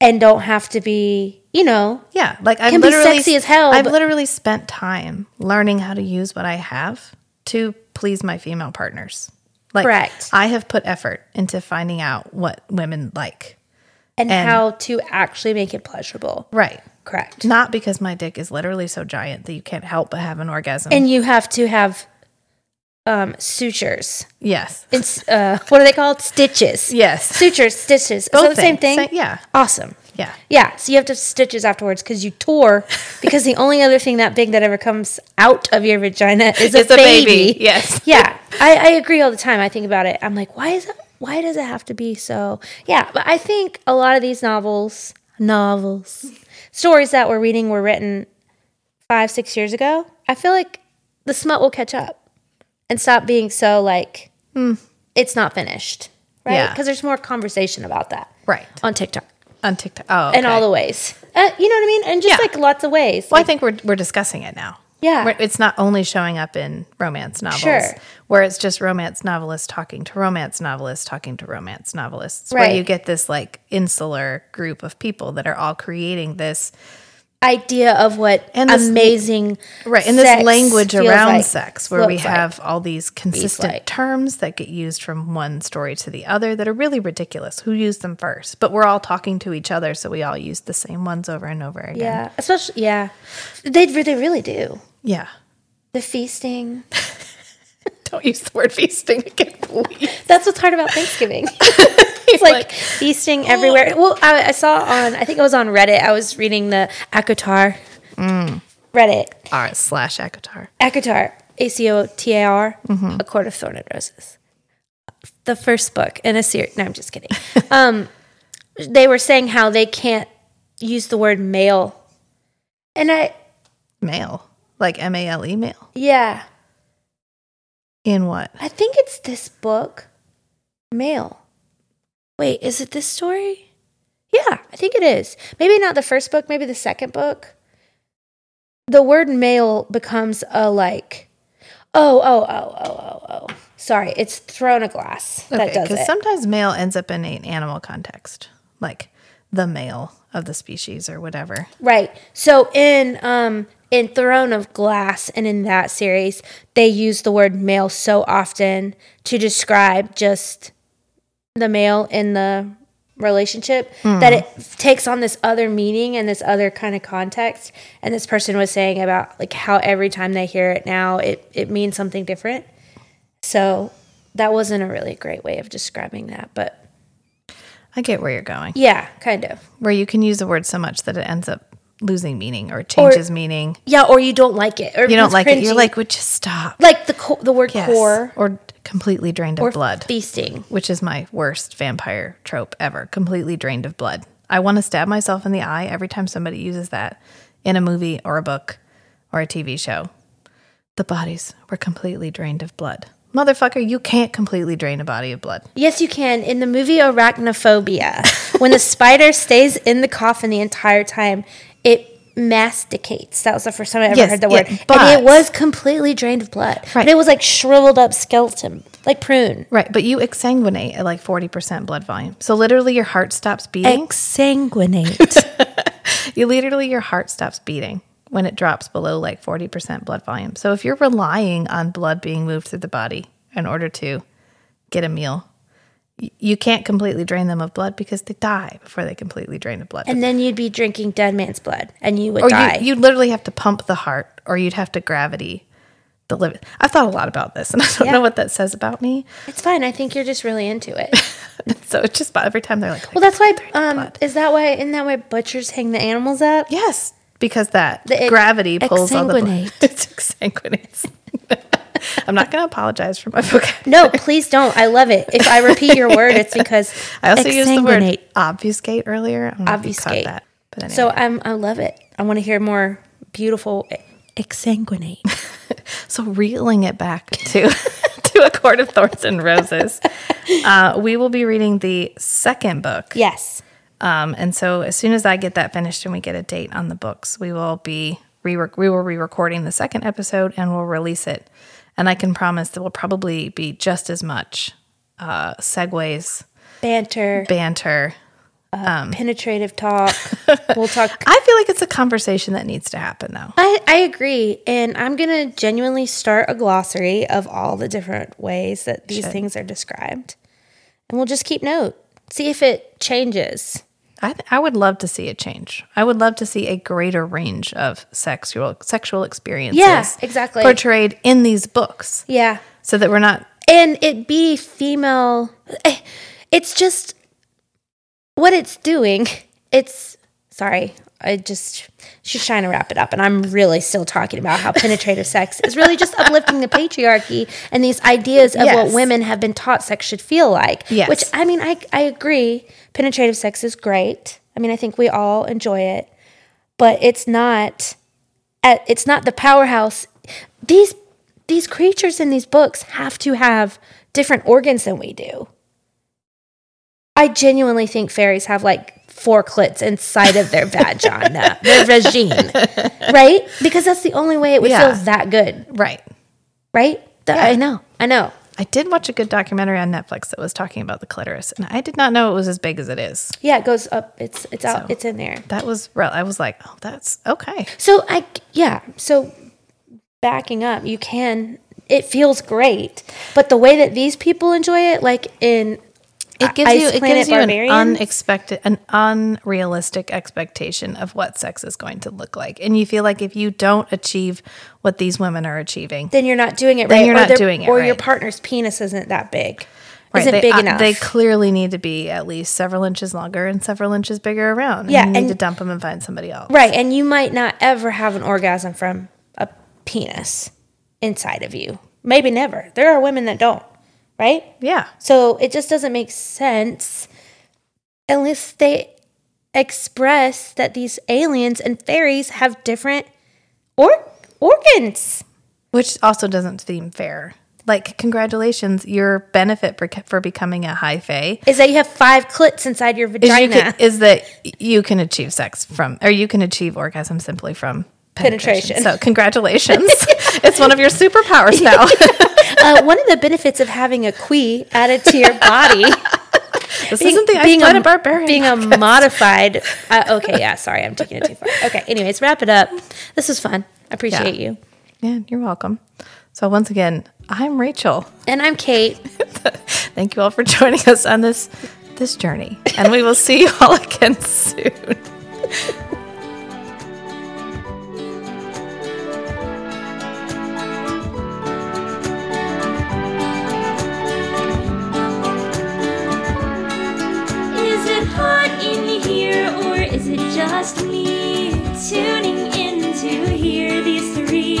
and don't have to be, you know,
Yeah, like I
Can be
literally
sexy as hell,
I've
but-
literally spent time learning how to use what I have to please my female partners. Like
Correct.
I have put effort into finding out what women like.
and,
And-
how to actually make it pleasurable.
Right.
Correct.
Not because my dick is literally so giant that you can't help but have an orgasm.
and you have to have um, sutures.
yes.
It's uh, what are they called? Stitches.
Yes.
Sutures, stitches. Is that the same thing?
things. Sa- yeah.
Awesome.
Yeah.
Yeah. So you have to have stitches afterwards because you tore. Because the only other thing that big that ever comes out of your vagina is a,
It's a
baby.
baby. Yes.
Yeah. I, I agree all the time. I think about it. I'm like, why is it? Why does it have to be so? Yeah. But I think a lot of these novels, novels, stories that we're reading were written five, six years ago. I feel like the smut will catch up and stop being so like it's not finished, right?
Hmm. Yeah.
Because there's more conversation about that
Right.
on TikTok
On TikTok. Oh.
in all the ways. Uh, you know what I mean? And just
Yeah.
like lots of ways.
Well, I
Like,
think we're we're discussing it now.
Yeah.
We're- it's not only showing up in romance novels,
Sure.
where it's just romance novelists talking to romance novelists talking to romance novelists,
Right.
where you get this like insular group of people that are all creating this
idea of what
And this-
amazing
right in this
sex
language
feels
around
like,
sex, where we
looks like.
have all these consistent
like.
terms that get used from one story to the other that are really ridiculous. Who used them first? But we're all talking to each other, so we all use the same ones over and over again.
Yeah, especially yeah, they re- they really do
yeah.
the feasting.
Don't use the word feasting again, please.
That's what's hard about Thanksgiving. it's like, feasting everywhere.
oh.
Well, I, I saw on, I think it was on Reddit. I was reading the Akotar
Mm.
Reddit.
All right, slash Akatar.
Akotar, A C O T A R, A Court of Thorn and Roses. The first book in a series. No, I'm just kidding. um, they were saying how they can't use the word male. And I,
Male. Like M A L E male.
yeah,
In what?
I think it's this book, male. Wait, is it this story? Yeah, I think it is. Maybe not the first book, maybe the second book. The word male becomes a like, oh, oh, oh, oh, oh, oh. Sorry, it's thrown a glass that does it.
sometimes male ends up in an animal context, like the male of the species or whatever.
Right. So in um in Throne of Glass and in that series, they use the word male so often to describe just the male in the relationship
Hmm.
that it takes on this other meaning and this other kind of context. And this person was saying about like how every time they hear it now it it means something different. So that wasn't a really great way of describing that, but
I get where you're going,
yeah, kind of.
where you can use the word so much that it ends up losing meaning or changes meaning.
Yeah, or you don't like it, or
You don't
it's
like it. You're
cringy.
like, would you stop?
like the co- the word
Yes.
core
Or completely drained of
or
blood,
feasting.
which is my worst vampire trope ever. Completely drained of blood. I want to stab myself in the eye every time somebody uses that in a movie or a book or a TV show. The bodies were completely drained of blood. Motherfucker, you can't completely drain a body of blood.
Yes, you can. In the movie Arachnophobia, when the spider stays in the coffin the entire time, it masticates. That was the first time I ever
Yes,
heard the
yeah,
word. and
but-
it was completely drained of blood. Right. But it was like shriveled up skeleton, like prune.
Right, but you exsanguinate at like 40% blood volume. So literally your heart stops beating.
Exsanguinate.
you literally your heart stops beating when it drops below like 40% blood volume. So if you're relying on blood being moved through the body in order to get a meal, y- you can't completely drain them of blood because they die before they completely drain of blood.
and then you'd be drinking dead man's blood and you would
or
die.
you, you'd literally have to pump the heart or you'd have to gravity the liver. I've thought a lot about this and I don't
Yeah.
know what that says about me.
it's fine. I think you're just really into it.
So it's just about every time they're like,
Well, that's why. Um,
blood.
is that why? Isn't that why butchers hang the animals up?
Yes, because that
The ex-
gravity pulls all the blood.
exsanguinate.
It's exsanguinates. I'm not going to apologize for my vocabulary.
No, please don't. I love it. If I repeat your word, it's because
I also used the word
exsanguinate.
obfuscate earlier. I don't know if you caught
Obfuscate.
that. But anyway.
So
So,
I'm, I love it. I want to hear more beautiful e-, exsanguinate.
reeling it back to to a court of thorns and roses, uh, we will be reading the second book.
Yes.
Um, and so as soon as I get that finished and we get a date on the books, we will be re- we will re-recording the second episode and we'll release it. And I can promise there will probably be just as much uh, segues,
Banter,
banter. Mm-hmm.
penetrative talk. We'll talk.
I feel like it's a conversation that needs to happen, though.
I, I agree. And I'm going to genuinely start a glossary of all the different ways that these things are described. And we'll just keep note, see if it changes.
I, th- I would love to see it change. I would love to see a greater range of sexual sexual experiences.
Yeah, exactly.
Portrayed in these books,
Yeah.
so that we're not
and it be female eh, it's just what it's doing it's sorry i just she's trying to wrap it up and i'm really still talking about how penetrative sex is really just uplifting the patriarchy and these ideas of
Yes.
what women have been taught sex should feel like
Yes.
which i mean I, I agree penetrative sex is great i mean i think we all enjoy it but it's not at, it's not the powerhouse. These these creatures in these books have to have different organs than we do. I genuinely think fairies have like four clits inside of their vagina, their vagine, right? Because that's the only way it would
Yeah.
feel that good,
right.
right? That- I know, I know.
I did watch a good documentary on Netflix that was talking about the clitoris, and I did not know it was as big as it is.
Yeah, it goes up. It's it's out.
So-
It's in there.
That was real. I was like, oh, that's okay.
So I yeah, so backing up, you can it feels great. But the way that these people enjoy it like in
It gives
Ice
you it
Planet
gives you an
Barbarians?
unexpected an unrealistic expectation of what sex is going to look like. And you feel like if you don't achieve what these women are achieving,
then you're not doing it
Then
right.
you're
or
not
their-
doing it
Or your
right.
partner's penis isn't that big.
right,
isn't
they,
big
uh,
enough.
they clearly need to be at least several inches longer and several inches bigger around.
Yeah,
And you need
and-
to dump them and find somebody else.
right. And you might not ever have an orgasm from a penis inside of you. Maybe never. There are women that don't, right?
Yeah.
So it just doesn't make sense unless they express that these aliens and fairies have different or- organs.
Which also doesn't seem fair. Like, congratulations, your benefit for, for becoming a high fae
Is that you have five clits inside your
is,
vagina?
you can, is that you can achieve sex from, or you can achieve orgasm simply from penetration.
Penetration.
So, congratulations. it's one of your superpowers now.
uh, one of the benefits of having a qui added to your body
this isn't the Ice Planet Barbarian.
being a modified. Uh, okay, yeah. Sorry, I'm taking it too far. Okay. Anyways, wrap it up. This was fun. I appreciate
Yeah.
you.
yeah, you're welcome. So, once again, I'm Rachel.
And I'm Kate.
Thank you all for joining us on this this journey. And we will see you all again soon.
Is it hot in here or is it just me? Tuning in to hear these three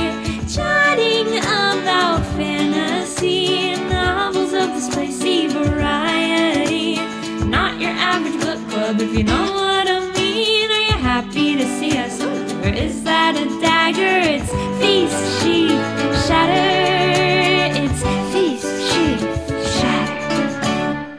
chatting about fantasy novels of this spicy variety. Not your average book club if you know what I mean. Are you happy to see us? Or is that a dagger? It's feast, sheath, shatter. It's feast, sheath, shatter.